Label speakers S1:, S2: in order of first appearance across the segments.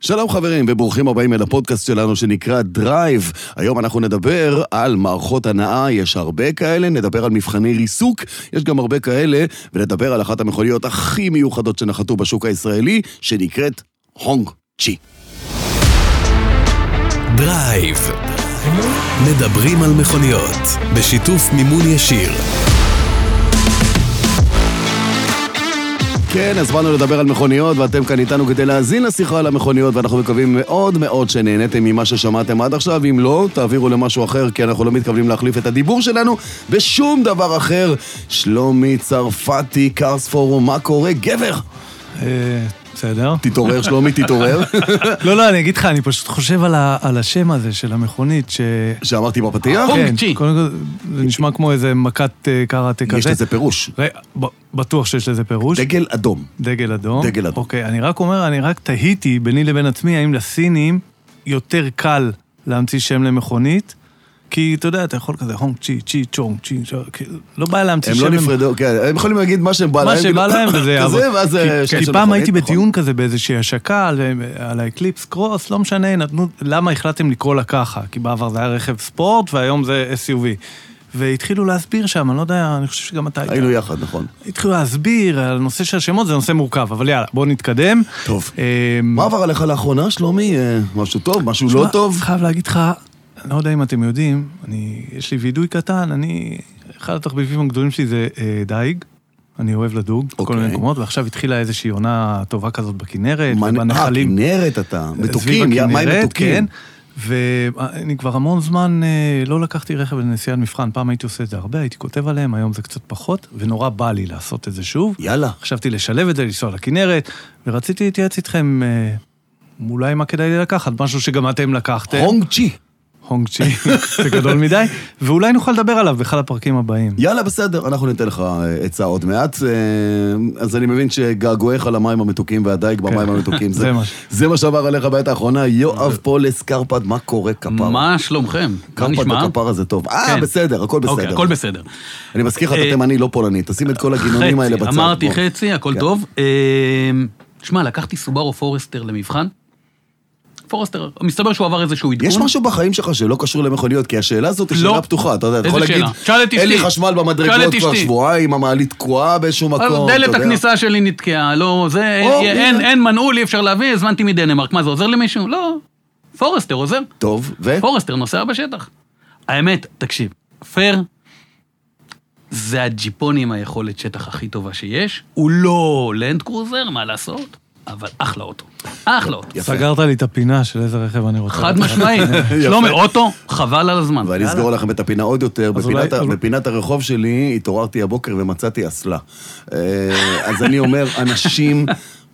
S1: שלום חברים, וברוכים הבאים אל הפודקאסט שלנו שנקרא דרייב. היום אנחנו נדבר על מערכות הנאה, יש הרבה כאלה, נדבר על מבחני ריסוק, יש גם הרבה כאלה, ונדבר על אחת המכוניות הכי מיוחדות שנחתו בשוק הישראלי, שנקראת הונג צ'י.
S2: דרייב. מדברים על מכוניות, בשיתוף מימון ישיר.
S1: כן, אז באנו לדבר על מכוניות, ואתם כאן איתנו כדי להאזין לשיחה על המכוניות, ואנחנו מקווים מאוד מאוד שנהניתם ממה ששמעתם עד עכשיו. אם לא, תעבירו למשהו אחר, כי אנחנו לא מתכוונים להחליף את הדיבור שלנו בשום דבר אחר. שלומי צרפתי, קארס פורום, מה קורה? גבר!
S3: אה, בסדר.
S1: תתעורר, שלומי, תתעורר.
S3: לא, לא, אני אגיד לך, אני פשוט חושב על ה- על השם הזה של המכונית, ש...
S1: שאמרתי בפתיח?
S3: כן, קודם כל, זה נשמע כמו איזה מכת אה, קראטה כזה.
S1: יש לזה פירוש.
S3: ר- ב- בטוח שיש לזה פירוש.
S1: דגל אדום.
S3: דגל אדום.
S1: דגל אדום.
S3: אוקיי, אני רק אומר, אני רק תהיתי ביני לבין עצמי, האם לסינים יותר קל להמציא שם למכונית? כי אתה יודע, אתה יכול כזה הונג צ'י, צ'י, צ'ונג, צ'י, צ'ונג, כאילו, לא בא להמציא
S1: הם
S3: שם.
S1: לא
S3: למכונית.
S1: נפרדו, כן, הם יכולים להגיד מה שהם בא להם.
S3: מה שבא
S1: כאילו,
S3: להם וזה יעבוד.
S1: כזה, ואז...
S3: כי-
S1: אה, שם
S3: כי
S1: של
S3: פעם
S1: מכונית,
S3: הייתי
S1: נכון.
S3: בדיון כזה באיזושהי השקה על- על האקליפס קרוס, לא משנה, נתנו, למה החלטתם לקרוא לה ככה? כי בעבר זה היה רכב ספורט והיום זה SUV. והתחילו להסביר שם, אני לא יודע, אני חושב שגם אתה היית.
S1: היינו יחד, נכון.
S3: התחילו להסביר, על הנושא של השמות זה נושא מורכב, אבל יאללה, בואו נתקדם.
S1: טוב.
S3: אמ,
S1: מה עבר עליך לאחרונה, שלומי? אה, משהו טוב, משהו לא
S3: תשמע,
S1: טוב?
S3: חייב להגיד לך, אני לא יודע אם אתם יודעים, אני, יש לי וידוי קטן, אני, אחד התחביבים הגדולים שלי זה אה, דייג. אני אוהב לדוג, בכל
S1: אוקיי.
S3: מיני מקומות, ועכשיו התחילה איזושהי עונה טובה כזאת בכנרת,
S1: מה-
S3: ובנחלים.
S1: אה, כנרת אתה,
S3: סביב
S1: מתוקים, יא, מים
S3: הכנרת, כן.
S1: מתוקים.
S4: כן.
S3: ואני כבר המון זמן אה, לא לקחתי רכב לנסיעת מבחן, פעם הייתי עושה את זה הרבה, הייתי כותב עליהם, היום זה קצת פחות, ונורא בא לי לעשות את זה שוב.
S1: יאללה.
S3: חשבתי לשלב את זה, לנסוע לכנרת, ורציתי להתייעץ איתכם אה, אולי מה כדאי לי לקחת, משהו שגם אתם
S4: אה.
S3: לקחתם.
S1: הונג צ'י.
S3: הונג צ'י, זה גדול מדי, ואולי נוכל לדבר עליו באחד הפרקים הבאים.
S1: יאללה, בסדר, אנחנו ניתן לך אה, עצה עוד מעט. אה, אז אני מבין שגעגועיך למים המתוקים
S4: כן.
S1: והדייג במים המתוקים.
S3: זה מה ש-
S1: זה מה שעבר עליך בעת האחרונה. יואב פולס קרפד, מה קורה כפרה?
S4: מה שלומכם? מה
S1: קרפד
S4: נשמע?
S1: וכפרה זה טוב. אה,
S4: כן.
S1: בסדר, הכל בסדר.
S4: אוקיי, הכל בסדר.
S1: אני מזכיר לך,
S4: אה,
S1: אתה תימני לא פולני, תשים את כל הגינונים האלה בצד.
S4: חצי, אמרתי
S1: בוא.
S4: חצי, הכל
S1: כן.
S4: טוב. אה, שמע, לקחתי סובארו פורסטר למבחן. פורסטר, מסתבר שהוא עבר איזשהו עדכון.
S1: יש משהו בחיים שלך שלא קשור למכוניות, כי השאלה הזאת היא
S4: אוקיי. לא.
S1: שאלה פתוחה, אתה יודע, אתה
S4: איזה
S1: יכול
S4: שאלה?
S1: להגיד,
S4: שאל את
S1: אין לי
S4: אשתי.
S1: חשמל
S4: שאל
S1: במדרגות
S4: את
S1: כבר
S4: אשתי.
S1: שבועיים, המעלית תקועה באיזשהו
S4: אבל
S1: מקום, אתה
S4: דלת
S1: יודע. אוקיי.
S4: הכניסה שלי נתקעה, לא, זה,
S1: או,
S4: אין,
S1: הנה.
S4: אין, אין מנעול, אי אפשר להביא, הזמנתי מדנמרק. מה, זה עוזר למישהו? לא. פורסטר עוזר.
S1: טוב, ו?
S4: פורסטר נוסע בשטח. האמת, תקשיב, פייר, זה הג'יפון עם היכולת שטח הכי טובה שיש. הוא לא לנד קרוזר, מה לעשות? אבל אחלה אוטו. אחלה אוטו.
S1: יפה.
S3: סגרת לי את הפינה של איזה רכב אני רוצה.
S4: חד
S3: לקחת.
S4: משמעי. שלומי, אוטו, חבל על הזמן.
S1: ואני אסגור לכם את הפינה עוד יותר,
S3: אז
S1: בפינת,
S3: אולי-
S1: ה... בפינת הרחוב שלי התעוררתי הבוקר ומצאתי אסלה. אה, אז אני אומר, אנשים,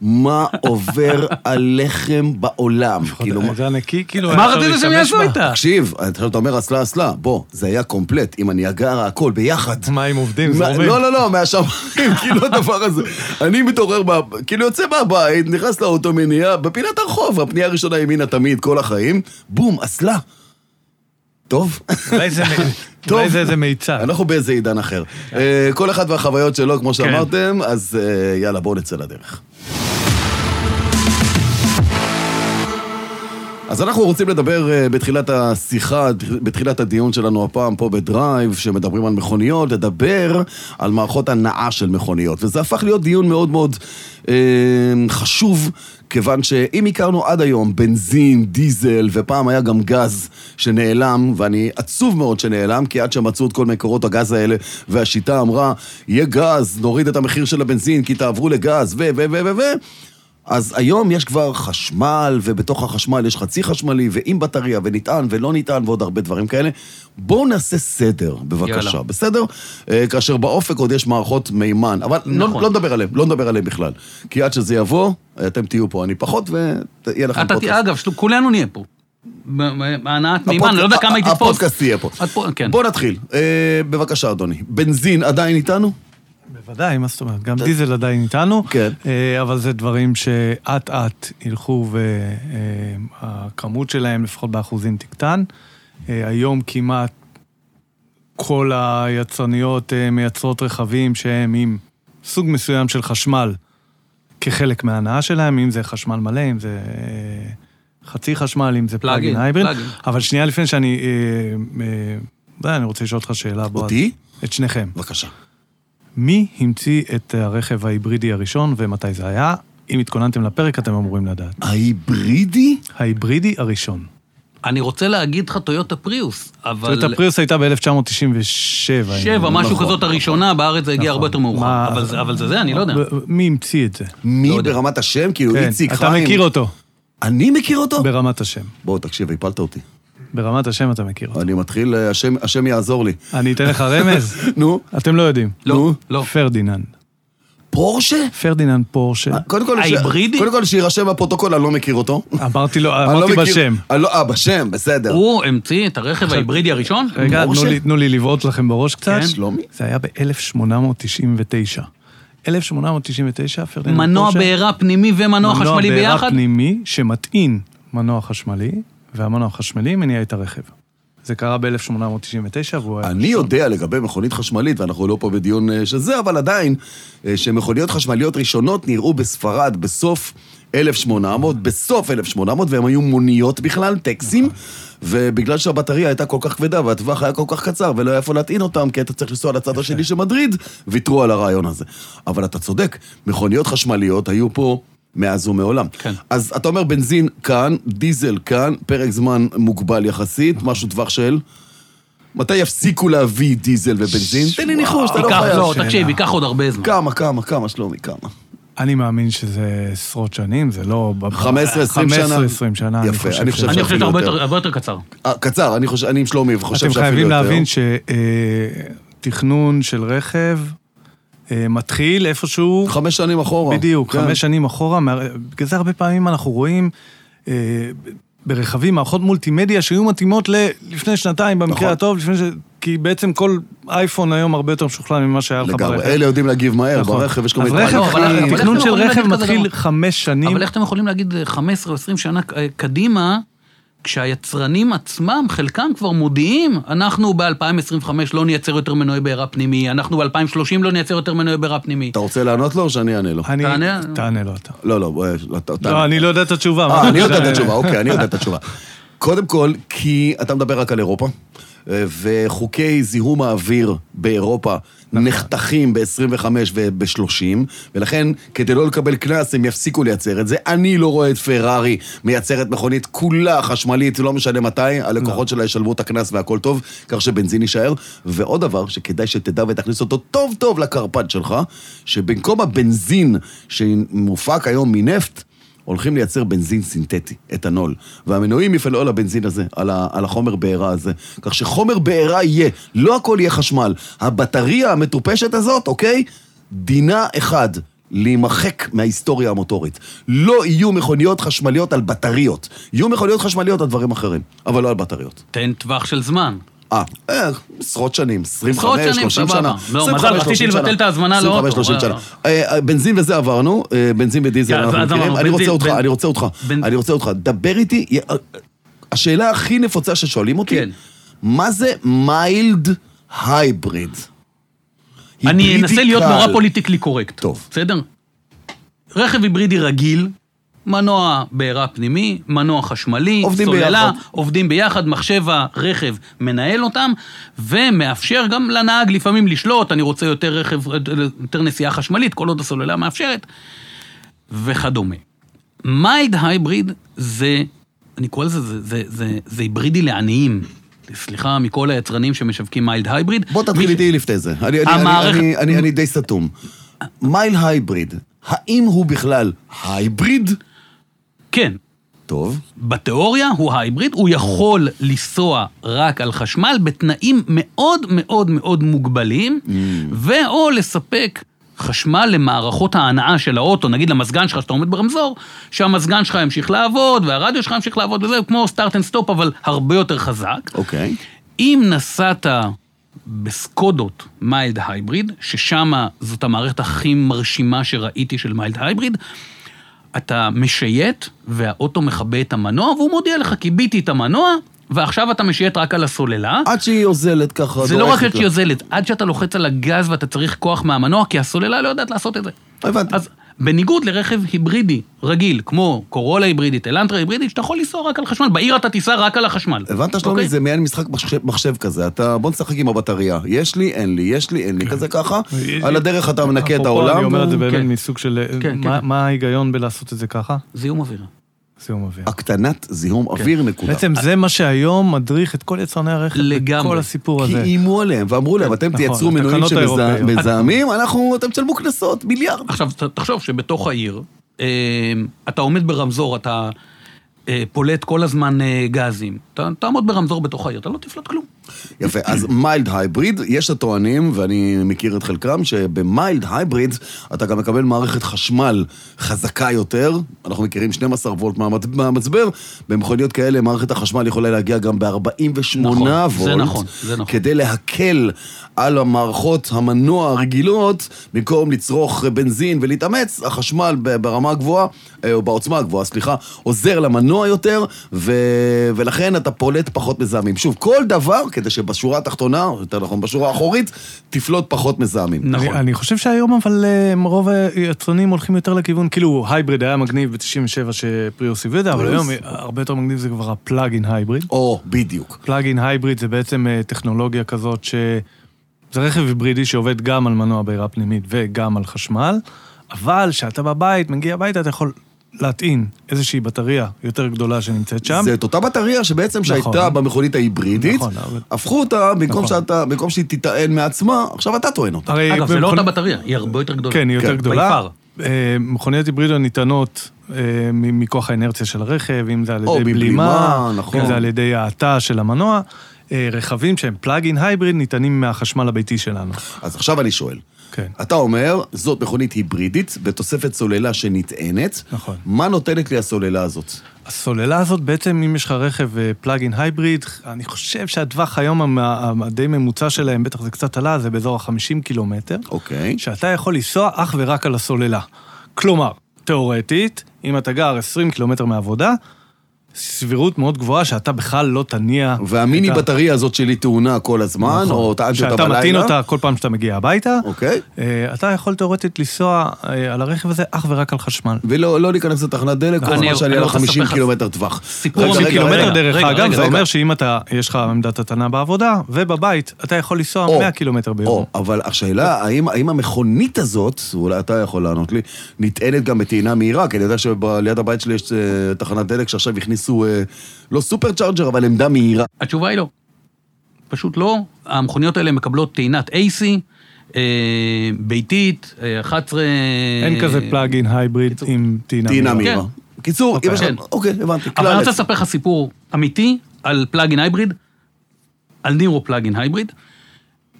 S1: מה עובר עליכם בעולם? כאילו, מה-
S3: זה היה נקי, כאילו...
S4: מה
S3: היה אפשר
S4: רצית
S3: להשתמש
S4: שהם יעשו
S3: בה.
S4: איתה?
S1: תקשיב, עכשיו אתה אומר אסלה אסלה, בוא, זה היה קומפלט, עם הניאגרה, הכל ביחד.
S3: מה, הם עובדים,
S1: מה-
S3: זורמים?
S1: לא, לא, לא, מהשמיים, כאילו הדבר הזה. אני מתעורר, ב- כאילו יוצא מהבית, נכנס לאוטו מניעה, בפינת הרחוב, הפנייה הראשונה ימינה תמיד, כל החיים, בום, אסלה. טוב,
S3: אולי זה מ-
S1: טוב.
S3: אולי זה איזה מיצה.
S1: אנחנו באיזה עידן אחר. אה, כל אחד והחוויות שלו, כמו שאמרתם, אז אה, יאללה, בואו נצא לדרך. אז אנחנו רוצים לדבר אה, בתחילת השיחה, בתחילת הדיון שלנו הפעם פה בדרייב, שמדברים על מכוניות, לדבר על מערכות הנעה של מכוניות. וזה הפך להיות דיון מאוד מאוד אה, חשוב, כיוון שאם הכרנו עד היום בנזין, דיזל, ופעם היה גם גז שנעלם, ואני עצוב מאוד שנעלם, כי עד שמצאו את כל מקורות הגז האלה, והשיטה אמרה, יהיה גז, נוריד את המחיר של הבנזין, כי תעברו לגז, ו... ו... ו... ו... ו... אז היום יש כבר חשמל, ובתוך החשמל יש חצי חשמלי, ועם בטריה, ונטען ולא נטען, ועוד הרבה דברים כאלה. בואו נעשה סדר, בבקשה, יאללה.
S4: יאללה.
S1: בסדר? אה, כאשר באופק עוד יש מערכות מימן, אבל נכון. לא,
S4: נכון.
S1: לא נדבר עליהן, לא נדבר עליהן בכלל. כי עד שזה יבוא, אה, אתם תהיו פה, אני פחות, ויהיה לכם
S4: אתה תהיה, אגב, של- כולנו נהיה פה. בהנעת מימן, אני לא יודע כמה היא תתפוס.
S1: הפודקאסט תהיה פה.
S4: את פה, כן.
S1: בואו נתחיל. אה, בבקשה, אדוני. בנזין עדיין איתנו?
S3: בוודאי, מה זאת אומרת? גם דיזל עדיין איתנו,
S1: כן.
S3: אה, אבל זה דברים שאט-אט ילכו והכמות שלהם, לפחות באחוזים, תקטן. אה, היום כמעט כל היצרניות אה, מייצרות רכבים שהם עם סוג מסוים של חשמל כחלק מההנאה שלהם, אם זה חשמל מלא, אם זה אה, חצי חשמל, אם זה פלאגין
S4: פלאגין,
S3: הייבריד.
S4: פלאגין.
S3: אבל שנייה לפני שאני... אה, אה, אה, אני רוצה לשאול אותך שאלה, בועז.
S1: אותי?
S3: את שניכם.
S1: בבקשה.
S3: מי המציא את הרכב ההיברידי הראשון ומתי זה היה? אם התכוננתם לפרק, אתם אמורים לדעת.
S1: ההיברידי?
S3: ההיברידי הראשון.
S4: אני רוצה להגיד לך טויוטה פריוס, אבל...
S3: טויוטה פריוס הייתה ב-1997.
S4: שבע, משהו
S1: נכון,
S4: כזאת הראשונה, בארץ זה הגיע הרבה יותר מאוחר.
S3: לא נכון. מה-
S4: אבל זה- אבל זה זה, אני לא יודע.
S3: מי המציא את זה?
S1: מי
S4: לא יודע.
S1: ברמת השם? כאילו,
S3: כן,
S1: איציק,
S3: אתה
S1: חיים.
S3: מכיר אותו,
S1: אני מכיר אותו?
S3: ברמת השם.
S1: בוא, תקשיב, הפלת אותי.
S3: ברמת השם אתה מכיר אותו.
S1: אני מתחיל, אה, השם- השם יעזור לי.
S3: אני אתן לך רמז,
S1: נו,
S3: אתם לא יודעים.
S4: לא, לא.
S3: פרדיננד.
S1: פורשה?
S3: פרדיננד פורשה.
S1: קודם
S3: אה,
S1: כל, ש-
S4: ההיברידי?
S1: קודם כל שיירשם בפרוטוקול, אני לא מכיר אותו.
S3: אמרתי לו,
S1: אני לא
S3: אה, אמרתי
S1: מכיר-
S3: בשם.
S1: אני לא- אה, בשם, בסדר.
S4: הוא המציא את הרכב ההיברידי הראשון?
S3: רגע,
S1: פורשה?
S3: תנו לי- תנו לי לבעוט לכם בראש קצת.
S4: כן.
S1: שלומי?
S3: זה היה ב-1899. 1899, פרדיננד פורשה.
S4: מנוע בעירה פנימי ומנוע חשמלי
S3: מנוע בעירה
S4: ביחד?
S3: פנימי שמטעין מנוע חשמלי, והמנוע החשמלי מניע את הרכב. זה קרה ב-1899, והוא היה...
S1: אני יודע לגבי מכונית חשמלית, ואנחנו לא פה בדיון אה, של זה, אבל עדיין, אה, שמכוניות חשמליות ראשונות נראו בספרד בסוף 1800, בסוף 1800, והן היו מוניות בכלל, טקסים, ובגלל שהבטריה הייתה כל כך כבדה והטווח היה כל כך קצר ולא היה איפה להטעין אותם, כי אתה צריך לנסוע לצד השני של מדריד, ויתרו על הרעיון הזה. אבל אתה צודק, מכוניות חשמליות היו פה... מאז ומעולם.
S4: כן.
S1: אז אתה אומר בנזין כאן, דיזל כאן, פרק זמן מוגבל יחסית, משהו טווח של? מתי יפסיקו להביא דיזל ובנזין? תן לי ניחוש, אתה לא
S4: ייקח,
S1: חייב.
S4: לא,
S3: שאלה.
S4: תקשיב, ייקח עוד הרבה זמן.
S1: כמה, כמה, כמה, שלומי, כמה.
S3: אני מאמין שזה עשרות שנים, זה לא...
S1: 15, 20 שנה?
S3: 15, 20 שנה, אני
S1: יפה,
S3: חושב.
S1: אני חושב
S3: שזה-
S4: אני חושב שהרבה
S1: יותר.
S4: יותר- הרבה יותר קצר.
S1: אה, קצר, אני חושב, אני עם שלומי חושב
S3: אתם
S1: שאפילו
S3: חייבים
S1: יותר.
S3: להבין שתכנון של רכב אה, מתחיל איפשהו...
S1: חמש שנים אחורה.
S3: בדיוק,
S1: כן.
S3: חמש שנים אחורה. מה- בגלל זה הרבה פעמים אנחנו רואים אה, ב- ברכבים מערכות מולטימדיה שהיו מתאימות ל- לפני שנתיים,
S1: נכון.
S3: במקרה הטוב, לפני ש... כי בעצם כל אייפון היום הרבה יותר משוכלל ממה שהיה לך ברכב.
S1: לגמרי, אלה יודעים להגיב מהר,
S3: נכון.
S1: ברכב יש כל
S3: אז
S1: מיני...
S3: רכב,
S4: לא, אבל-
S1: תהליכים.
S4: אבל-
S3: תכנון
S4: איך
S3: של
S4: אתם יכולים
S3: רכב
S4: להגיד כזה
S3: מתחיל
S4: דבר?
S3: חמש שנים.
S4: אבל איך אתם יכולים להגיד אה, 15 או 20 שנה אה, קדימה, כשהיצרנים עצמם, חלקם כבר מודיעים, אנחנו ב-2025 לא נייצר יותר מנועי בעירה פנימי, אנחנו ב-2030 לא נייצר יותר מנועי בעירה פנימי.
S1: אתה רוצה לענות לו או שאני אענה לו?
S3: אני-
S4: תענה.
S3: תענה לו אתה.
S1: לא, לא, בוא, אתה... אתה-
S3: לא, אני לא יודע את התשובה. מה
S1: אה,
S3: אתה
S1: אני יודע
S3: חושב?
S1: את התשובה, אוקיי, אני יודע את התשובה. קודם כל, כי אתה מדבר רק על אירופה, אה, וחוקי זיהום האוויר באירופה נחתכים ב-25 וב-30, ולכן כדי לא לקבל קנס הם יפסיקו לייצר את זה. אני לא רואה את פרארי מייצרת מכונית כולה חשמלית, לא משנה מתי, הלקוחות שלה ישלמו את הקנס והכל טוב, כך שבנזין יישאר. ועוד דבר שכדאי שתדע ותכניס אותו טוב טוב לקרפד שלך, שבמקום הבנזין שמופק היום מנפט, הולכים לייצר בנזין סינתטי, אתנול, והמנועים יפעלו על הבנזין הזה, על, ה, על החומר בעירה הזה. כך שחומר בעירה יהיה, לא הכל יהיה חשמל. הבטריה המטופשת הזאת, אוקיי? דינה אחד, להימחק מההיסטוריה המוטורית. לא יהיו מכוניות חשמליות על בטריות. יהיו מכוניות חשמליות על דברים אחרים, אבל לא על בטריות.
S4: תן טווח של זמן.
S1: אה, אה, עשרות שנים, 25,
S4: עשרות שנים,
S1: 30
S4: סבבה.
S1: שנה.
S4: לא,
S1: 25,
S4: מזל, רציתי
S1: 30
S4: לבטל
S1: שנה.
S4: את ההזמנה לא, לאוטו,
S1: 25, 30 שנה.
S4: וואו.
S1: אה, אה, בנזין וזה עברנו, אה, בנזין ודיזל
S4: כן, אז-
S1: אנחנו
S4: אז
S1: מכירים.
S4: אמרנו,
S1: אני רוצה
S4: בנזין,
S1: אותך,
S4: בנ-
S1: אני רוצה אותך,
S4: בנ-
S1: אני רוצה אותך. דבר איתי, י- אה, אה, השאלה הכי נפוצה ששואלים אותי,
S4: כן.
S1: מה זה מיילד הייבריד?
S4: אני
S1: היברידי
S4: אנסה להיות
S1: קל.
S4: נורא פוליטיקלי קורקט.
S1: טוב.
S4: בסדר? רכב היברידי רגיל, מנוע בעירה פנימי, מנוע חשמלי,
S1: עובדים
S4: סוללה,
S1: ביחד.
S4: עובדים ביחד, מחשב הרכב מנהל אותם, ומאפשר גם לנהג לפעמים לשלוט, אני רוצה יותר רכב, יותר נסיעה חשמלית, כל עוד הסוללה מאפשרת, וכדומה. מייד הייבריד זה, אני קורא לזה, זה, זה, זה, זה היברידי לעניים. סליחה מכל היצרנים שמשווקים מיילד הייבריד.
S1: בוא תתחיל איתי לפני זה. אני- אני-
S4: המערכת-
S1: אני- אני- אני די סתום. מייל הייבריד, האם הוא בכלל הייבריד?
S4: כן,
S1: טוב.
S4: בתיאוריה הוא הייבריד, הוא יכול לנסוע רק על חשמל בתנאים מאוד מאוד מאוד מוגבלים, ואו לספק חשמל למערכות ההנאה של האוטו, נגיד למזגן שלך שאתה עומד ברמזור, שהמזגן שלך ימשיך לעבוד, והרדיו שלך ימשיך לעבוד וזהו, כמו סטארט אנד סטופ, אבל הרבה יותר חזק.
S1: אוקיי.
S4: אם נסעת בסקודות מיילד הייבריד, ששם זאת המערכת הכי מרשימה שראיתי של מיילד הייבריד, אתה משייט והאוטו מכבה את המנוע, והוא מודיע לך, כיביתי את המנוע, ועכשיו אתה משייט רק על הסוללה.
S1: עד שהיא אוזלת ככה,
S4: זה לא רק
S1: דורכת
S4: עד
S1: לה.
S4: שהיא אוזלת, עד שאתה לוחץ על הגז ואתה צריך כוח מהמנוע, כי הסוללה לא יודעת לעשות את זה.
S1: הבנתי.
S4: אז בניגוד לרכב היברידי רגיל, כמו קורולה היברידית, אלנטרה היברידית, שאתה יכול לנסוע רק על חשמל. בעיר אתה תיסע רק על החשמל.
S1: הבנת שלומי?
S4: אוקיי?
S1: זה מעין משחק מחשב- מחשב כזה. אתה, בוא נשחק עם הבטריה. יש לי, אין לי, יש לי, אין לי, כזה ככה. על הדרך אתה מנקה את
S3: כן. אפרופו,
S1: העולם.
S3: אני אומר את זה
S1: והוא-
S3: באמת
S4: כן.
S3: מסוג של...
S4: כן,
S3: מה-
S4: כן.
S3: מה ההיגיון בלעשות את זה ככה?
S4: זיהום אוויר.
S3: זיהום אוויר.
S1: הקטנת זיהום אוויר, נקודה.
S3: כן. בעצם זה מה שהיום מדריך את כל יצרני הרכב.
S4: לגמרי.
S3: כל הסיפור
S1: כי
S3: הזה.
S1: איימו עליהם ואמרו להם, אתם
S3: נכון,
S1: תייצרו מנועים
S3: התקנות האירופאיות.
S1: שמזהמים, אנחנו, אתם תשלמו קנסות, מיליארד.
S4: עכשיו, ת- תחשוב שבתוך העיר, אה, אתה עומד ברמזור, אתה אה, פולט כל הזמן אה, גזים. אתה תעמוד ברמזור בתוך העיר, אתה לא תפלוט כלום.
S1: יפה, אז מיילד הייבריד, יש הטוענים, ואני מכיר את חלקם, שבמיילד הייבריד אתה גם מקבל מערכת חשמל חזקה יותר, אנחנו מכירים 12 וולט מהמצ- מהמצבר, במכוניות כאלה מערכת החשמל יכולה להגיע גם ב-48
S4: נכון, זה
S1: וולט.
S4: נכון, זה נכון.
S1: כדי להקל על המערכות המנוע הרגילות, במקום לצרוך בנזין ולהתאמץ, החשמל ב- ברמה הגבוהה, אה, או בעוצמה הגבוהה, סליחה, עוזר למנוע יותר, ו... ולכן אתה פולט פחות מזהמים. שוב, כל דבר כדי שבשורה התחתונה, או יותר נכון, בשורה האחורית, תפלוט פחות מזהמים.
S4: נכון.
S3: אני, אני חושב שהיום אבל אה, רוב היצרנים הולכים יותר לכיוון, כאילו הייבריד היה מגניב ב-97 שפריוס הביא את זה, אבל
S1: פריוס.
S3: היום אה, הרבה יותר מגניב זה כבר הפלאגין הייבריד.
S1: או, בדיוק.
S3: פלאגין הייבריד זה בעצם אה, טכנולוגיה כזאת ש... זה רכב היברידי שעובד גם על מנוע בעירה פנימית וגם על חשמל, אבל כשאתה בבית, מגיע הביתה, אתה יכול להטעין איזושהי בטריה יותר גדולה שנמצאת שם.
S1: זה את אותה בטריה שבעצם שהייתה במכונית ההיברידית,
S3: נכון, אבל-
S1: הפכו אותה, במקום
S3: נכון.
S1: שאתה- במקום שהיא תיטען מעצמה, עכשיו אתה טוען אותה.
S3: הרי
S4: אגב, זה לא
S3: במכונ-
S4: אותה בטריה, היא הרבה יותר גדולה.
S3: אה, כן, היא יותר
S1: כן,
S3: גדולה.
S4: by far.
S3: אה, מכוניות היברידיות ניתנות אה, מ- מכוח האינרציה של הרכב, אם זה על
S1: או
S3: ידי
S1: מבלימה,
S3: בלימה,
S1: נכון.
S3: אם זה על ידי האטה של המנוע. אה, רכבים שהם פלאג-אין הייבריד ניתנים מהחשמל הביתי שלנו.
S1: אז עכשיו אני שואל.
S3: כן.
S1: אתה אומר, זאת מכונית היברידית בתוספת סוללה שנטענת.
S3: נכון.
S1: מה נותנת לי הסוללה הזאת?
S3: הסוללה הזאת, בעצם אם יש לך רכב אה, פלאג-אין הייבריד, אני חושב שהטווח היום המ- המ- הדי ממוצע שלהם, בטח זה קצת עלה, זה באזור ה-50 קילומטר.
S1: אוקיי.
S3: שאתה יכול לנסוע אך ורק על הסוללה. כלומר, תאורטית, אם אתה גר 20 קילומטר מעבודה, סבירות מאוד גבוהה שאתה בכלל לא תניע...
S1: והמיני
S3: את ה-
S1: בטריה הזאת שלי טעונה כל הזמן,
S3: נכון.
S1: או טענתי אותה
S3: שאתה
S1: בלילה.
S3: מטעין אותה כל פעם שאתה מגיע הביתה.
S1: אוקיי.
S3: אה, אתה יכול תאורטית לנסוע אה, על הרכב הזה אך ורק על חשמל.
S1: ולא לא להיכנס לתחנת דלק,
S3: נכון.
S1: כל
S4: אני-
S1: זמן שאני
S4: אני
S1: על
S4: רוצה לספר
S1: 50
S4: לך-
S1: קילומטר טווח.
S4: סיפור
S1: רגע,
S3: 50
S1: רגע,
S3: קילומטר
S1: רגע.
S3: דרך
S4: רגע,
S3: אגב,
S4: רגע,
S3: זה
S1: רגע.
S3: אומר שאם אתה, יש לך עמדת הטענה בעבודה, ובבית, אתה יכול לנסוע
S1: או,
S3: 100 קילומטר ביום.
S1: או, אבל השאלה, האם, האם המכונית הזאת, אולי אתה יכול לענות לי, נטענת גם בטעינה מהירה? כי אני יודע שליד הבית שלי יש אה, תחנת דלק שעכשיו הכניסו, אה, לא סופר צ'ארג'ר, אבל עמדה מהירה.
S4: התשובה היא לא. פשוט לא. המכוניות האלה מקבלות טעינת AC, אה, ביתית, אה, 11...
S3: אין כזה פלאג-אין הייבריד עם טעינה
S1: טעינה
S3: מהירה.
S1: מהירה. אה, קיצור, אם יש
S4: כן.
S1: לנו... אוקיי, הבנתי.
S4: אבל
S1: כלל
S4: אני רוצה
S1: אפס.
S4: לספר לך סיפור אמיתי על פלאגין הייבריד, על נירו פלאגין הייבריד.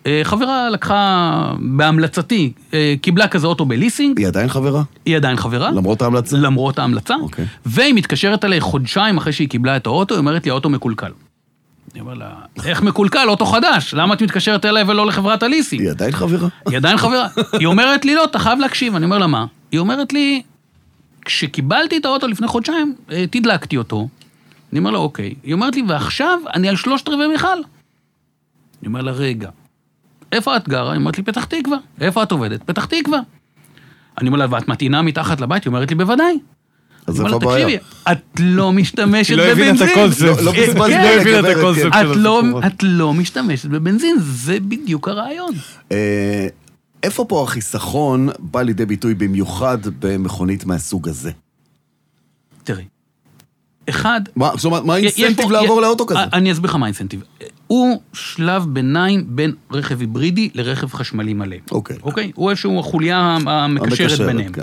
S4: אה, חברה לקחה, בהמלצתי, אה, קיבלה כזה אוטו בליסינג,
S1: היא עדיין חברה?
S4: היא עדיין חברה.
S1: למרות ההמלצה?
S4: למרות ההמלצה.
S1: אוקיי.
S4: והיא מתקשרת אליי חודשיים אחרי שהיא קיבלה את האוטו, היא אומרת לי, האוטו מקולקל. אני אומר לה, איך מקולקל? אוטו חדש, למה את מתקשרת אליי ולא לחברת הליסינג?
S1: היא עדיין חברה?
S4: היא עדיין חברה. היא אומרת לי, לא, אתה חייב להקשיב. אני אומר לה, מה? היא אומרת לי, כשקיבלתי את האוטו לפני חודשיים, אה, תדלקתי אותו. אני אומר לה, אוקיי. היא אומרת לי, ועכשיו אני על שלושת רבעי מיכל. אני אומר לה, רגע, איפה את גרה? היא אומרת לי, פתח תקווה. איפה את עובדת? פתח תקווה. אני אומר לה, ואת מטעינה מתחת לבית? היא אומרת לי, בוודאי.
S1: אז
S4: אני
S1: איפה
S4: אומר לה,
S1: הבעיה?
S4: תקשיבי, את לא משתמשת
S3: היא לא הבינה את
S4: בבנזין.
S3: הקונספט.
S1: לא- לא
S4: כן,
S1: בזבזנו
S3: לא הבינה את
S1: גברת,
S3: הקונספט
S1: כן.
S3: של
S4: את לא-
S3: הסיפור הזה.
S4: את לא משתמשת בבנזין, זה בדיוק הרעיון.
S1: אה, איפה פה החיסכון בא לידי ביטוי במיוחד במכונית מהסוג הזה?
S4: תראי, אחד,
S1: מה, זאת אומרת, מה
S4: יש
S1: האינסטנטיב
S4: פה-
S1: לעבור
S4: י-
S1: לאוטו כזה?
S4: אני אסביר לך מה האינסנטיב. הוא שלב ביניים בין רכב היברידי לרכב חשמלי מלא.
S1: אוקיי.
S4: אוקיי? הוא איזשהו החוליה המקשרת ביניהם.
S1: כן.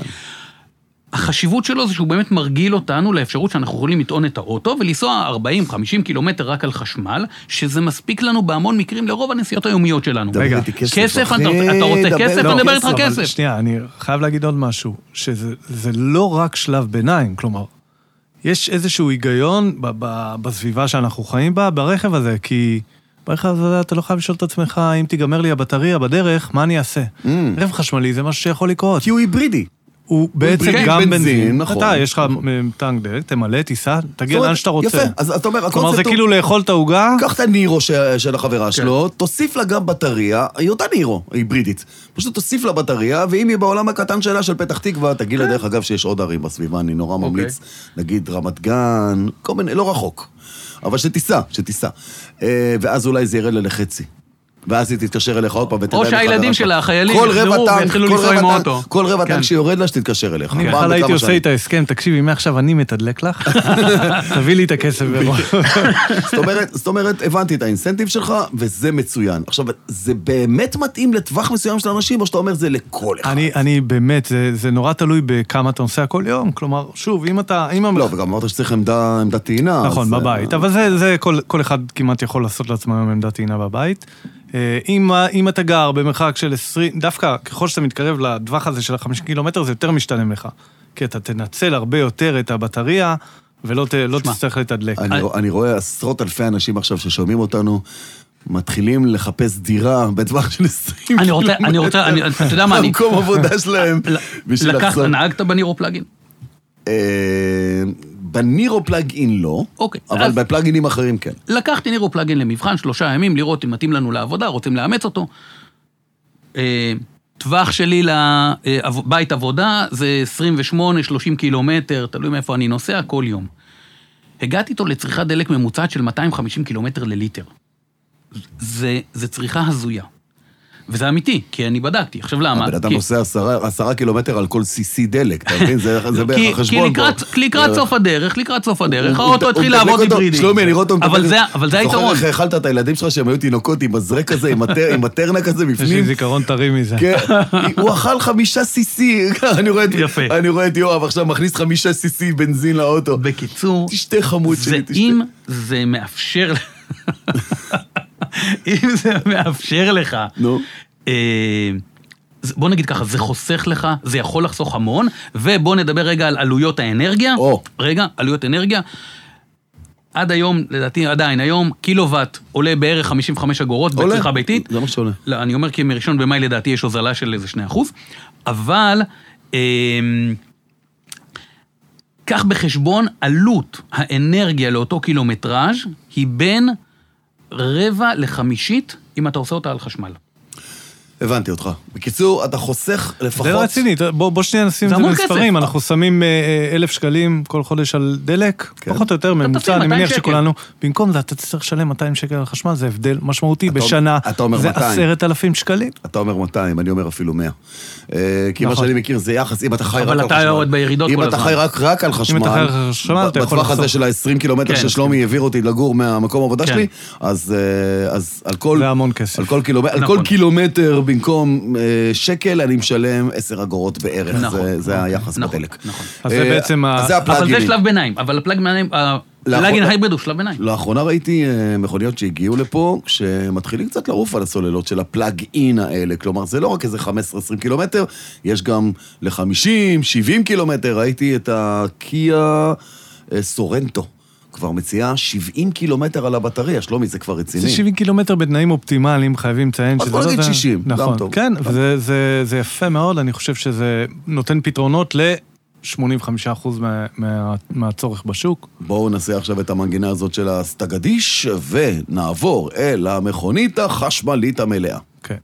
S4: החשיבות שלו זה שהוא באמת מרגיל אותנו לאפשרות שאנחנו יכולים לטעון את האוטו ולנסוע 40-50 קילומטר רק על חשמל, שזה מספיק לנו בהמון מקרים לרוב הנסיעות היומיות שלנו.
S1: דבר
S3: רגע,
S1: איתי כסף,
S4: כסף,
S1: אחי,
S4: אתה רוצה- אתה רוצה
S1: דבר
S4: כסף?
S3: לא
S1: איתי
S4: אני מדבר איתך
S1: כסף.
S4: כסף.
S3: אבל שנייה, אני חייב להגיד עוד משהו, שזה זה לא רק שלב ביניים, כלומר, יש איזשהו היגיון ב, ב, בסביבה שאנחנו חיים בה, ברכב הזה, כי ברכב הזה אתה לא חייב לשאול את עצמך,
S1: Mm.
S3: אם תיגמר לי הבטריה בדרך, מה אני אעשה? רכב חשמלי זה משהו שיכול לקרות.
S1: כי הוא היברידי.
S3: הוא בעצם
S1: בנזין,
S3: גם בנזין.
S1: נכון,
S3: אתה, יש לך אה, טנק דלק, תמלא, תיסע,
S1: זאת
S3: תגיע
S1: אומרת,
S3: לאן שאתה רוצה.
S1: יפה, אז אתה אומר,
S3: כלומר, זה
S1: הקונספט הוא-
S3: כאילו לאכול את העוגה,
S1: קח את הנירו ש- של
S4: כן.
S1: החברה שלו, תוסיף לה גם בטריה, היא אותה נירו, היברידית. פשוט תוסיף לה בטריה, ואם היא בעולם הקטן שלה של פתח תקווה, תגיד
S4: כן.
S1: לה דרך אגב שיש עוד ערים בסביבה, אני נורא ממליץ,
S4: אוקיי.
S1: נגיד רמת גן, כל מיני, לא רחוק. אבל שתיסע, שתיסע. אה, ואז אולי זה ירד לה לחצי. ואז היא תתקשר אליך עוד פעם ותדע
S4: או
S1: לך
S4: שהילדים
S1: רק-
S4: שלה, החיילים,
S1: כל רבע
S4: יחזרו
S1: טנק,
S4: ויתחילו
S1: כל
S4: לנסוע
S1: רבע
S4: עם
S1: טנק-
S4: האוטו.
S1: כל רבע
S4: כן.
S1: טנק שיורד לה, שתתקשר אליך.
S3: אני
S1: פעם
S3: בכלל
S1: בכמה
S3: הייתי כן, עושה
S1: שנים.
S3: איתה הסכם, תקשיבי, מעכשיו אני מתדלק לך, תביא לי את הכסף בראש.
S1: זאת אומרת, זאת אומרת, הבנתי את האינסנטיב שלך, וזה מצוין. עכשיו, זה באמת מתאים לטווח מסוים של אנשים, או שאתה אומר זה לכל אחד?
S3: אני, אני באמת, זה, זה נורא תלוי בכמה אתה נוסע כל יום. כלומר, שוב, אם אתה... אם המח...
S1: לא, וגם אמרת שצריך עמדה, עמדת טעינה.
S3: נכון,
S1: אז,
S3: בבית.
S1: אה,
S3: אבל זה, זה כל, כל אחד כמעט יכול לעשות לעצמו היום עמדת טעינה בבית. אה, אם, ה- אם אתה גר במרחק של 20, דווקא ככל שאתה מתקרב לטווח הזה של ה-50 קילומטר, זה יותר משתלם לך. כי אתה תנצל הרבה יותר את הבטריה, ולא ת, לא
S4: שמע,
S3: תצטרך לתדלק.
S1: אני, רוא- אני רואה עשרות אלפי אנשים עכשיו ששומעים אותנו, מתחילים לחפש דירה בטווח של 20
S4: אני רוצה, אני רוצה, אני- אתה יודע מה, אני...
S1: במקום עבודה שלהם. בשביל
S4: לקחת,
S1: לחסוך.
S4: נהגת בנירו פלאגין?
S1: אה, בנירו פלאג-אין לא,
S4: אוקיי,
S1: אבל
S4: אז-
S1: בפלאג-אינים אחרים כן.
S4: לקחתי נירו פלאגין למבחן, שלושה ימים, לראות אם מתאים לנו לעבודה, רוצים לאמץ אותו. אה, טווח שלי לבית עבודה זה 28-30 קילומטר, תלוי מאיפה אני נוסע, כל יום. הגעתי איתו לצריכת דלק ממוצעת של 250 קילומטר לליטר. זה, זה צריכה הזויה. וזה אמיתי, כי אני בדקתי. עכשיו למה?
S1: הבן אדם
S4: כי-
S1: נוסע עשרה- עשרה קילומטר על כל CC דלק, אתה מבין? זה זה
S4: כי-
S1: בערך
S4: כי
S1: החשבון פה.
S4: לקראת- כי לקראת סוף הדרך, לקראת סוף הדרך,
S1: הוא-
S4: האוטו
S1: הוא-
S4: התחיל
S1: הוא
S4: לעבוד
S1: מתדלק אותו.
S4: היברידי.
S1: שלומי, אני רואה אותו
S4: אבל
S1: מתדלק-
S4: זה- אבל זה
S1: זוכר
S4: היתרון.
S1: איך האכלת את הילדים שלך שהם היו תינוקות עם מזרק כזה, עם הטר- עם הטרנה כזה
S3: יש לי
S1: בפנים?
S3: זיכרון טרי מזה.
S1: כן, הוא אכל חמישה CC, אני רואה את-
S4: יפה.
S1: אני רואה את יואב עכשיו מכניס חמישה CC בנזין לאוטו.
S4: בקיצור,
S1: תשתה חמוד
S4: זה
S1: שלי, תשתה.
S4: אם זה מאפשר... אם זה מאפשר לך...
S1: נו.
S4: אה, זה- בוא נגיד ככה, זה חוסך לך, זה יכול לחסוך המון, ובוא נדבר רגע על עלויות האנרגיה.
S1: או.
S4: רגע, עלויות אנרגיה. עד היום, לדעתי עדיין, היום קילוואט עולה בערך 55 אגורות
S1: עולה.
S4: בצריכה ביתית.
S1: זה מה שעולה.
S4: לא, אני אומר כי מראשון במאי לדעתי יש הוזלה של איזה 2 אחוז, אבל אמ, קח בחשבון עלות האנרגיה לאותו קילומטראז' היא בין רבע לחמישית אם אתה עושה אותה על חשמל.
S1: הבנתי אותך. בקיצור, אתה חוסך
S4: לא
S1: לפחות...
S3: זה רציני, אתה- בוא, בוא שנייה נשים
S4: זה
S3: את זה
S4: המון כסף.
S3: במספרים, אנחנו שמים אה, אה, אלף שקלים כל חודש על דלק,
S1: כן.
S3: פחות או יותר ממוצע, אני
S4: 200
S3: מניח
S4: שקל.
S3: שכולנו, במקום זה אתה תצטרך לשלם 200 שקל על חשמל, זה הבדל משמעותי
S1: אתה-
S3: בשנה,
S1: אתה אומר
S3: זה
S1: 200.
S3: 10,000 שקלים.
S1: אתה אומר 200, אני אומר אפילו 100. אה, כי מה
S3: נכון.
S1: שאני מכיר זה יחס, אם אתה חי רק על
S4: אבל
S1: חשמל.
S4: אתה יורד בירידות
S1: אם
S4: כל
S1: אתה
S4: הזמן.
S1: חי רק רק על חשמל,
S3: אתה חי רק על חשמל, אתה יכול
S1: בטווח הזה
S3: לחסוך.
S1: של ה-20 קילומטר
S4: כן,
S1: ששלומי העביר אותי לגור מהמקום העבודה
S4: כן.
S1: שלי, אז אה, אז על כל...
S3: זה המון כסף.
S1: על כל קילומטר, על כל
S4: נכון.
S1: קילומטר במקום אה, שקל, אני משלם 10 אגורות בערך.
S4: נכון,
S1: זה- זה
S4: נכון,
S1: היחס
S4: נכון,
S1: בדלק.
S4: נכון.
S3: אז זה
S1: אה,
S3: בעצם ה-
S1: אז זה
S4: אבל
S1: הפלאגינים.
S4: זה שלב ביניים, אבל הפלאגין הייבריד הוא שלב ביניים.
S1: לאחרונה ראיתי אה, מכוניות שהגיעו לפה, שמתחילים קצת לעוף על הסוללות של הפלאג-אין האלה. כלומר, זה לא רק איזה 15-20 קילומטר, יש גם ל-50-70 קילומטר. ראיתי את הקיה אה, סורנטו, כבר מציעה 70 קילומטר על הבטריה. שלומי, זה כבר רציני.
S3: זה 70 קילומטר בתנאים אופטימליים, חייבים לציין
S1: אז
S3: שזה
S1: בוא
S3: לא...
S1: נגיד
S3: זה-
S1: 60, גם
S3: נכון,
S1: טוב.
S3: כן,
S1: גם
S3: וזה זה- זה יפה מאוד, אני חושב שזה נותן פתרונות ל... 85% מה- מה- מהצורך בשוק.
S1: בואו נעשה עכשיו את המנגינה הזאת של הסטגדיש, ונעבור אל המכונית החשמלית המלאה.
S3: כן.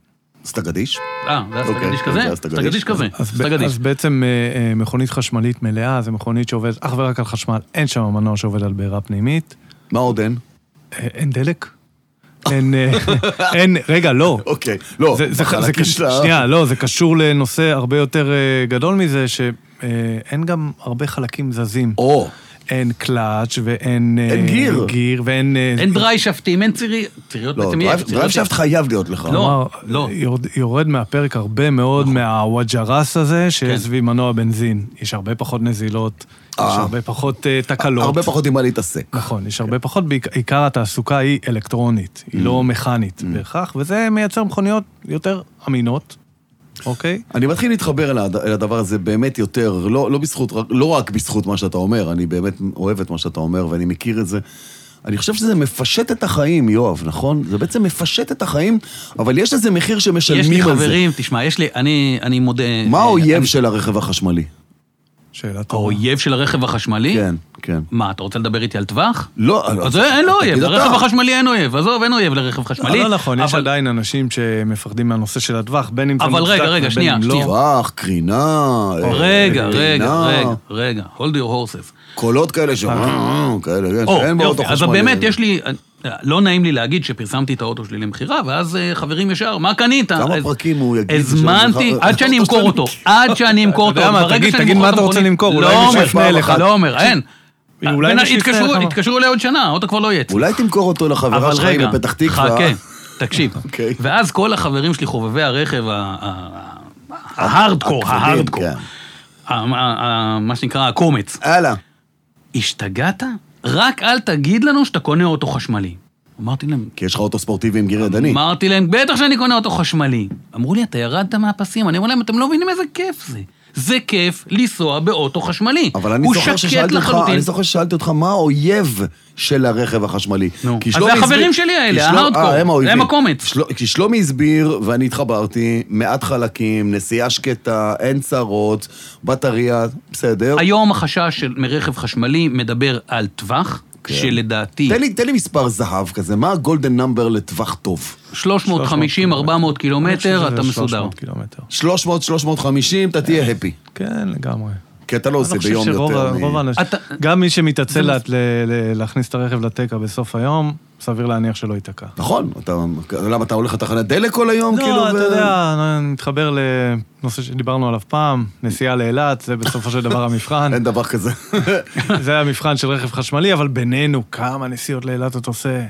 S1: סטגדיש?
S4: אה, זה
S1: אוקיי,
S4: הסטגדיש
S1: כן, זה
S4: כזה?
S1: הסטגדיש.
S4: סטגדיש כזה,
S3: אז, ב-
S4: סטגדיש.
S3: אז בעצם אה, אה, מכונית חשמלית מלאה, זו מכונית שעובדת אך ורק על חשמל, אין שם מנוע שעובד על בעירה פנימית,
S1: מה עוד אין?
S3: אה, אין דלק. אין, אה, אין, רגע, לא.
S1: אוקיי, לא,
S3: זה, זה, זה,
S1: בחלקים
S3: קש...
S1: שלה-
S3: שנייה, לא, זה קשור לנושא הרבה יותר אה, גדול מזה, שאין גם הרבה חלקים זזים.
S1: או,
S3: אין קלאץ' ואין... אה,
S1: אין גיר.
S3: גיר ואין... אה,
S4: אין דריי שבתים, אין צירי... ציריות
S1: לא,
S4: בעצם
S1: דרייב- דרייב שאפט חייב להיות לך.
S4: לא.
S3: כלומר,
S4: לא. נכון.
S3: יורד, יורד מהפרק הרבה מאוד מהוואג'רס הזה, שיש
S4: כן.
S3: סביב מנוע בנזין. יש הרבה פחות נזילות, יש
S1: אה.
S3: הרבה פחות אה, תקלות.
S1: הרבה פחות עם מה להתעסק.
S3: נכון, יש הרבה פחות, בעיק- עיקר התעסוקה היא אלקטרונית,
S4: Mm.
S3: היא לא מכנית בהכרח, וזה מייצר מכוניות יותר אמינות, אוקיי?
S1: אני מתחיל להתחבר אל הד- אל הדבר הזה באמת יותר, לא, לא, בזכות, רק- לא רק בזכות מה שאתה אומר, אני באמת אוהב את מה שאתה אומר ואני מכיר את זה. אני חושב שזה מפשט את החיים, יואב, נכון? זה בעצם מפשט את החיים, אבל יש איזה מחיר
S4: יש לי
S1: שמשלמים על זה.
S4: חברים, תשמע, יש לי, אני, אני מודה...
S1: מה
S4: אה,
S1: האויב
S4: אני-
S1: של הרכב החשמלי?
S3: שאלה טובה.
S4: האויב של הרכב החשמלי?
S1: כן, כן.
S4: מה, אתה רוצה לדבר איתי על טווח?
S1: לא,
S4: אז אין לו
S1: תגיד
S4: אויב,
S1: אתה.
S4: לרכב החשמלי אין אויב, עזוב, אין אויב לרכב חשמלי.
S3: לא נכון, יש
S4: אבל-
S3: עדיין אנשים שמפחדים מהנושא של הטווח, בין אם זה
S4: אבל
S3: מוצדק
S4: רגע, רגע,
S3: ובין
S4: שנייה,
S3: אם לא.
S4: שנייה.
S1: טווח, קרינה, אה,
S4: אה. רגע, רגע,
S1: טעינה,
S4: רגע, רגע, hold your horses.
S1: קולות כאלה שם, כאלה, כן,
S4: או,
S1: שאין באוטו
S4: יופי, אז
S1: חשמלי.
S4: באמת יש לי, לא נעים לי להגיד שפרסמתי את האוטו שלי למכירה, ואז אה, חברים ישר, מה קנית?
S1: כמה
S4: אז-
S1: פרקים הוא יגיד
S4: הזמנתי,
S1: שאני- אה,
S4: עד שאני
S1: האוטו
S4: אמכור
S1: שלי-
S4: אותו,
S1: אה,
S4: עד שאני אמכור אותו.
S3: יודע מה,
S4: ברגע
S3: תגיד-
S4: שאני
S3: תגיד
S4: אמכור
S3: מה
S4: את
S3: אתה רוצה
S4: המכונית-
S3: למכור, אולי
S4: לא
S3: מישהו
S4: אומר,
S3: יפנה אליך.
S4: לא אומר, אין.
S3: אולי
S4: בין-
S3: מישהו יפנה
S4: אה, התקשרו-
S3: אליך.
S4: התקשרו אליי עוד שנה, האוטו כבר לא יהיה אצלי.
S1: אולי תמכור אותו לחברה
S4: אבל
S1: שלך
S4: רגע,
S1: הנה פתח תקווה.
S4: חכה, תקשיב.
S1: אוקיי.
S4: ואז כל החברים שלי חובבי הרכב, ה- ה- ה- ההארדקור,
S1: הכבדים,
S4: ההארדקור,
S1: כן.
S4: ה- ה- ה- מה שנקרא הקומץ.
S1: הלאה.
S4: השתגעת? רק אל תגיד לנו שאתה קונה אוטו חשמלי. אמרתי להם,
S1: כי יש לך אוטו ספורטיבי עם גיר ידני.
S4: אמרתי להם, בטח שאני קונה אוטו חשמלי. אמרו לי, אתה ירדת מהפסים. אני אומר להם, אתם לא מבינים איזה כיף זה. זה כיף לנסוע באוטו חשמלי.
S1: אבל אני
S4: הוא
S1: זוכר
S4: שקט
S1: ששאלתי אותך,
S4: לחלוטין.
S1: אני זוכר ששאלתי אותך מה האויב של הרכב החשמלי.
S4: נו.
S1: כי
S4: אז
S1: שלומי
S4: זה החברים
S1: הסביר-
S4: שלי האלה,
S1: כי שלומי-
S4: ההארדקור.
S1: אה, הם האויבים.
S4: הם הקומץ.
S1: של- כי שלומי הסביר, ואני התחברתי, מעט חלקים, נסיעה שקטה, אין צרות, בטריה, בסדר.
S4: היום החשש של מרכב חשמלי מדבר על טווח,
S3: כן.
S4: שלדעתי
S1: תן לי- תן לי מספר זהב כזה, מה הגולדן נאמבר לטווח טוב?
S4: 350-400
S3: לא אני
S4: קילומטר,
S3: חושב
S4: אתה
S3: שזה
S4: מסודר.
S3: 300 קילומטר.
S1: 300, 350, אתה תהיה הפי.
S3: כן, לגמרי.
S1: כי אתה לא עושה
S3: אני
S1: ביום
S3: חושב שרוב
S1: יותר.
S3: ה-
S1: מ-
S3: רוב האנשים,
S4: אתה-
S3: גם מי שמתעצל לה- ל- ל- להכניס את הרכב לתקע בסוף היום, סביר להניח שלא ייתקע.
S1: נכון, אתה, למה אתה הולך לתחנת דלק כל היום? כאילו,
S3: לא,
S1: ו-
S3: אתה יודע, נתחבר לנושא שדיברנו עליו פעם, נסיעה לאילת, זה בסופו של דבר המבחן.
S1: אין דבר כזה.
S3: זה המבחן של רכב חשמלי, אבל בינינו, כמה נסיעות לאילת אתה עושה,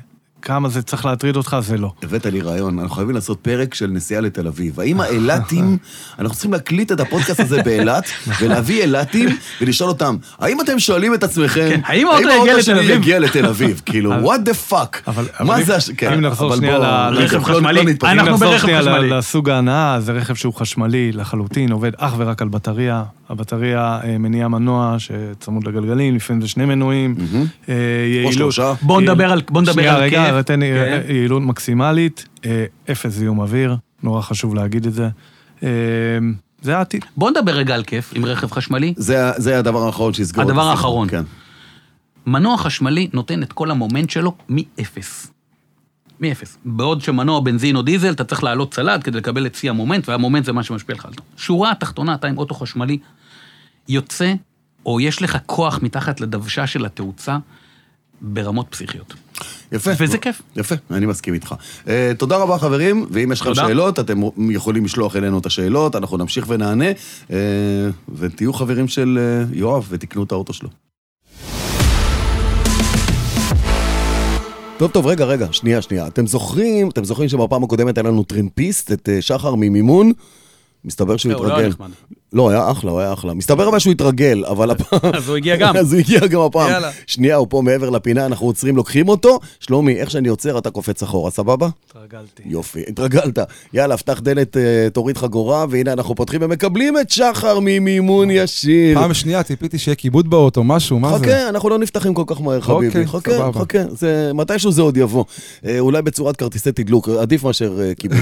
S3: כמה זה צריך להטריד אותך, זה לא.
S1: הבאת לי רעיון, אנחנו חייבים לעשות פרק של נסיעה לתל אביב. האם האילתים, אנחנו צריכים להקליט את הפודקאסט הזה באילת,
S4: נכון.
S1: ולהביא אילתים ולשאול אותם, האם אתם שואלים את עצמכם,
S4: כן, האם האוטו יגיע לתל
S1: שלי
S4: אביב?"
S1: יגיע לתל אביב? כאילו, what the fuck?
S3: אבל- אבל
S1: מה
S3: אם-
S1: זה הש... כן,
S3: אם נחזור
S1: אבל
S3: שנייה
S1: בוא,
S3: ל-
S1: לא-
S4: לרכב
S1: לא- לא
S4: חשמלי,
S1: נתפתח.
S4: אנחנו
S3: אם
S4: ברכב
S3: נחזור שנייה
S4: חשמלי.
S3: ל- לסוג ההנאה, זה רכב שהוא חשמלי לחלוטין, עובד אך ורק על בטריה. הבטריה אה, מניעה מנוע שצמוד לגלגלים, לפעמים זה שני מנועים. אה, יעילות.
S1: שלושה.
S4: בוא נדבר על- בוא נדבר
S3: שנייה,
S4: על
S3: רגע,
S4: כאב.
S3: אבל תן לי,
S4: כן.
S3: אה, יעילות מקסימלית, אה, אפס זיהום אוויר, נורא חשוב להגיד את זה. אה, זה העתיד.
S4: בוא נדבר רגע על כיף עם רכב חשמלי.
S1: זה- זה הדבר האחרון שיסגור. את
S4: הדבר
S1: הסיפור,
S4: האחרון.
S1: כן.
S4: מנוע חשמלי נותן את כל המומנט שלו מאפס. מאפס. בעוד שמנוע בנזין או דיזל, אתה צריך לעלות צלד כדי לקבל את שיא המומנט, והמומנט זה מה שמשפיע לך על זה. שורה התחתונה, אתה עם אוטו חשמלי, יוצא, או יש לך כוח מתחת לדוושה של התאוצה, ברמות פסיכיות.
S1: יפה.
S4: וזה כיף.
S1: יפה, אני מסכים איתך. אה, תודה רבה חברים, ואם יש לכם
S4: תודה.
S1: שאלות, אתם יכולים לשלוח אלינו את השאלות, אנחנו נמשיך ונענה, אה, ותהיו חברים של אה, יואב ותקנו את האוטו שלו. טוב, טוב, רגע, רגע, שנייה, שנייה. אתם זוכרים, אתם זוכרים שבפעם הקודמת היה לנו טרמפיסט, את אה, שחר ממימון? מסתבר שהוא
S4: לא, הוא לא היה
S1: התרגל.
S4: נחמד.
S1: לא, היה אחלה, הוא היה אחלה. מסתבר אבל שהוא התרגל, אבל הפעם...
S4: אז הוא הגיע גם.
S1: אז הוא הגיע גם הפעם.
S4: יאללה.
S1: שנייה, הוא פה מעבר לפינה, אנחנו עוצרים, לוקחים אותו. שלומי, איך שאני עוצר, אתה קופץ אחורה, סבבה?
S3: התרגלתי.
S1: יופי, התרגלת. יאללה, פתח דלת, אה, תוריד חגורה, והנה אנחנו פותחים ומקבלים את שחר ממימון ישיר.
S5: פעם שנייה ציפיתי שיהיה כיבוד באוטו, משהו, מה זה?
S1: חכה, אנחנו לא נפתחים כל כך מהר,
S5: אוקיי,
S1: חביבי. חכה,
S5: סבבה.
S1: חכה, זה- מתישהו זה עוד יבוא. אה, אולי בצורת כרטיסי תדלוק, עדיף מאשר אה, כיבוד.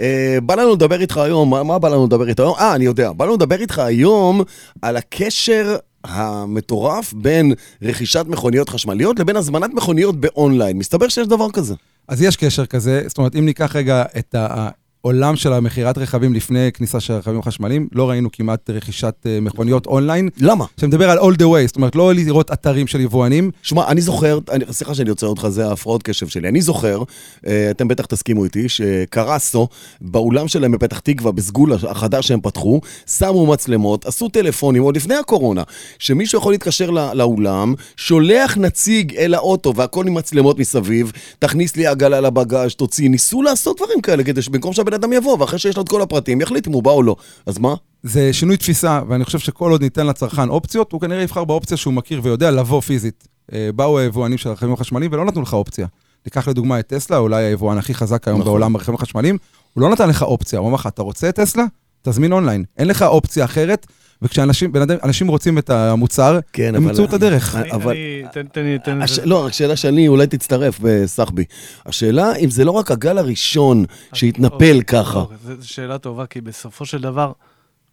S1: אה, בא לנו לדבר איתך היום, מה- מה בא לנו לדבר איתך היום? אה, אני יודע. בא לנו לדבר איתך היום על הקשר המטורף בין רכישת מכוניות חשמליות לבין הזמנת מכוניות באונליין. מסתבר שיש דבר כזה.
S5: אז יש קשר כזה, זאת אומרת, אם ניקח רגע את העולם של המכירת רכבים לפני כניסה של רכבים חשמליים, לא ראינו כמעט רכישת אה, מכוניות אונליין.
S1: למה?
S5: שמדבר על all the way, זאת אומרת, לא לראות אתרים של יבואנים.
S1: שמע, אני זוכר, אני- סליחה שאני עוצר אותך, זה ההפרעות קשב שלי. אני זוכר, אה, אתם בטח תסכימו איתי, שקרסו, באולם שלהם בפתח תקווה, בסגול החדש שהם פתחו, שמו מצלמות, עשו טלפונים, עוד לפני הקורונה, שמישהו יכול להתקשר לא, לאולם, שולח נציג אל האוטו, והכל עם מצלמות מסביב, תכניס לי עגלה לבגאז', תוציא, ניסו לעשות דברים כאלה, כדי שבמקום שהבן אדם יבוא, ואחרי שיש לו את כל הפרטים, יחליט אם הוא בא או לא. אז מה?
S5: זה שינוי תפיסה, ואני חושב שכל עוד ניתן לצרכן אופציות, הוא כנראה יבחר באופציה שהוא מכיר ויודע לבוא פיזית. אה, באו היבואנים של הרכבים החשמליים ולא נתנו לך אופציה. ניקח לדוגמה את טסלה, אולי היבואן הכי חזק היום
S1: נכון.
S5: בעולם ברכבים החשמליים, הוא לא נתן לך אופציה, הוא אמר לך, אתה רוצה את טסלה? תזמין אונליין. אין לך אופציה אחרת, וכשאנשים בן אדם- אנשים רוצים את המוצר,
S1: כן,
S5: הם
S1: אבל-
S5: ימצאו את הדרך.
S1: אני- אבל-
S3: אני- תן- תן לי, תן לי.
S1: הש... לא, רק שאלה שאני, אולי תצטרף, אה, סחבי. השאלה אם זה לא רק הגל הראשון שהתנפל
S3: אוקיי,
S1: ככה.
S3: אוקיי, זו זו שאלה טובה, כי בסופו של דבר,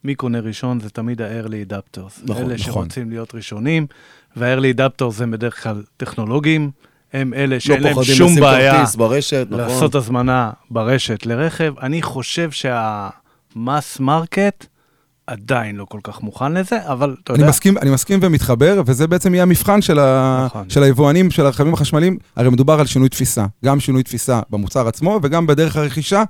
S3: מי קונה ראשון זה תמיד ה-early adapters.
S1: נכון,
S3: אלה
S1: נכון.
S3: שרוצים להיות ראשונים, וה-early adapters הם בדרך כלל טכנולוגים, הם אלה שאין
S1: לא
S3: להם
S1: פוחדים
S3: שום
S1: לשים
S3: בעיה
S1: כרטיס ברשת, נכון?
S3: לעשות הזמנה ברשת לרכב. אני חושב שהמס מרקט עדיין לא כל כך מוכן לזה, אבל אתה
S5: אני
S3: יודע,
S5: מסכים, אני מסכים ומתחבר, וזה בעצם יהיה המבחן של, ה...
S3: נכון.
S5: של היבואנים, של הרכבים החשמליים. הרי מדובר על שינוי תפיסה, גם שינוי תפיסה במוצר עצמו וגם בדרך הרכישה.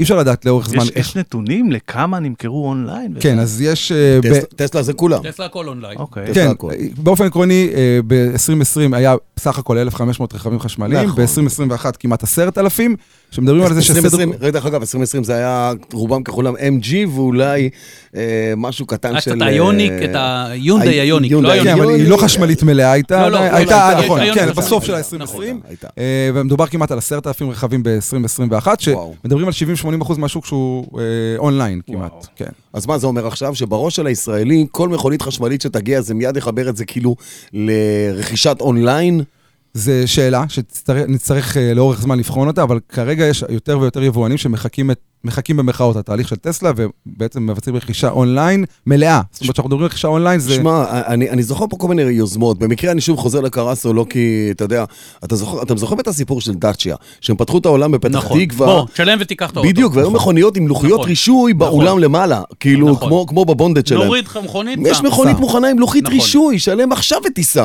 S5: אי אפשר לדעת לאורך זמן
S3: יש-
S5: איך...
S3: יש נתונים לכמה נמכרו אונליין? וזה?
S5: כן, אז יש... אה, ב-
S1: טסלה- טסלה זה כולם.
S4: טסלה הכל אונליין.
S3: אוקיי.
S1: יש
S5: כן,
S1: לה הכל.
S5: באופן עקרוני, אה, ב-2020 היה סך הכל 1,500 רכבים חשמליים,
S1: נכון.
S5: ב-2021 כמעט 10,000, שמדברים על זה שסדר...
S1: 2020, רגע, דרך אגב, 2020 זה היה רובם ככולם MG ואולי אה, משהו קטן
S4: רק
S1: של...
S4: את היוניק,
S1: אה,
S4: את היונדאי
S1: ה-
S4: יוניק,
S1: יונדאי,
S4: לא
S5: כן,
S4: היוניק.
S5: אבל היא
S1: יוני-
S5: לא חשמלית מלאה הייתה,
S4: לא, לא,
S5: עדיין-
S4: לא,
S5: הייתה,
S4: הייתה,
S5: נכון,
S4: הייתה,
S5: כן,
S4: הייתה,
S5: בסוף של
S1: הייתה,
S5: ה-2020,
S1: נכון, הייתה.
S5: אה, ומדובר כמעט על 10,000 רכבים ב-2021,
S1: וואו.
S5: שמדברים על 70-80% מהשוק שהוא אה, אונליין כמעט, כן.
S1: אז מה זה אומר עכשיו? שבראש של הישראלי, כל מכונית חשמלית שתגיע, זה מיד יחבר את זה כאילו לרכישת אונליין?
S5: זו שאלה שנצטרך אה, לאורך זמן לבחון אותה, אבל כרגע יש יותר ויותר יבואנים שמחקים את, מחקים במרכאות התהליך של טסלה, ובעצם מבצעים רכישה אונליין מלאה. זאת אומרת, כשאנחנו מדברים על רכישה אונליין, זה...
S1: שמע, אני, אני זוכר פה כל מיני יוזמות. במקרה אני שוב חוזר לקרסו, לא כי, אתה יודע, אתה זוכר, אתם זוכרים את הסיפור של דאצ'יה, שהם פתחו את העולם בפתח
S4: נכון.
S1: תקווה.
S4: בוא, תשלם ותיקח את האוטו.
S1: בדיוק, והיו מכוניות עם לוחיות
S4: נכון.
S1: רישוי באולם
S4: נכון.
S1: למעלה, כאילו,
S4: נכון.
S1: כמו, כמו בבונדד שלהם.
S4: נוריד לך מכונית,
S1: יש
S4: שם,
S1: מכונית
S4: שם.
S1: מוכנה עם לוחית
S4: נכון.
S1: רישוי, שלם עכשיו ותיסע.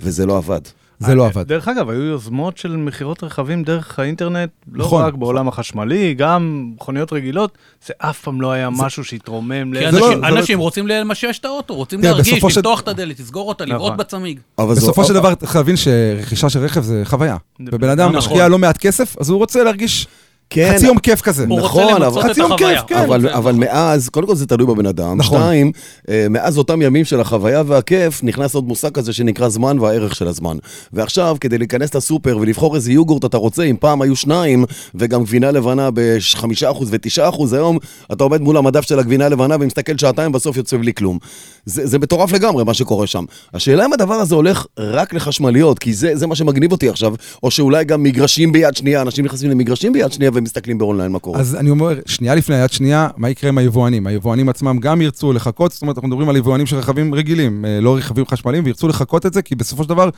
S1: וזה לא עבד.
S5: זה לא עבד.
S3: דרך אגב, היו יוזמות של מכירות רכבים דרך האינטרנט, לא
S5: נכון.
S3: נכון. רק בעולם החשמלי, גם מכוניות רגילות, זה אף פעם לא היה משהו שהתרומם
S4: כי
S5: זה לא-
S4: אנשים-
S5: זה לא-
S4: אנשים רוצים למשש את האוטו, רוצים
S5: תראה,
S4: להרגיש,
S5: כן, בסופו של-
S4: לפתוח את הדלת, לסגור אותה, לבעוט
S3: נכון.
S4: בצמיג.
S1: אבל זו- אה,
S5: בסופו של דבר, צריך להבין שרכישה של רכב זה חוויה. ובן אדם
S4: נכון.
S5: משקיע לא מעט כסף, אז הוא רוצה להרגיש
S1: כן,
S5: חצי יום כיף כזה.
S4: הוא
S1: נכון,
S4: רוצה למצות
S1: אבל-
S4: את
S5: חצי יום
S4: החוויה.
S5: כיף, כן.
S4: הוא
S1: אבל,
S4: רוצה-
S1: אבל מאז, קודם כל זה תלוי בבן אדם.
S5: נכון.
S1: שתיים, אה, מאז אותם ימים של החוויה והכיף, נכנס עוד מושג כזה שנקרא זמן והערך של הזמן. ועכשיו, כדי להיכנס לסופר ולבחור איזה יוגורט אתה רוצה, אם פעם היו שניים, וגם גבינה לבנה ב-5% ו-9%, היום אתה עומד מול המדף של הגבינה הלבנה ומסתכל שעתיים, בסוף יוצא בלי כלום. זה, זה מטורף לגמרי מה שקורה שם. השאלה אם הדבר הזה הולך רק לחשמליות, כי זה, זה מה שמגניב אותי עכשיו, או שאולי גם מגרשים ביד שנייה, אנשים נכנסים למגרשים ביד שנייה ומסתכלים באונליין מה קורה.
S5: אז אני אומר, שנייה לפני יד שנייה, מה יקרה עם היבואנים? היבואנים עצמם גם ירצו לחכות, זאת אומרת, אנחנו מדברים על יבואנים של רכבים רגילים, אה, לא רכבים חשמליים, וירצו לחכות את זה, כי בסופו של דבר,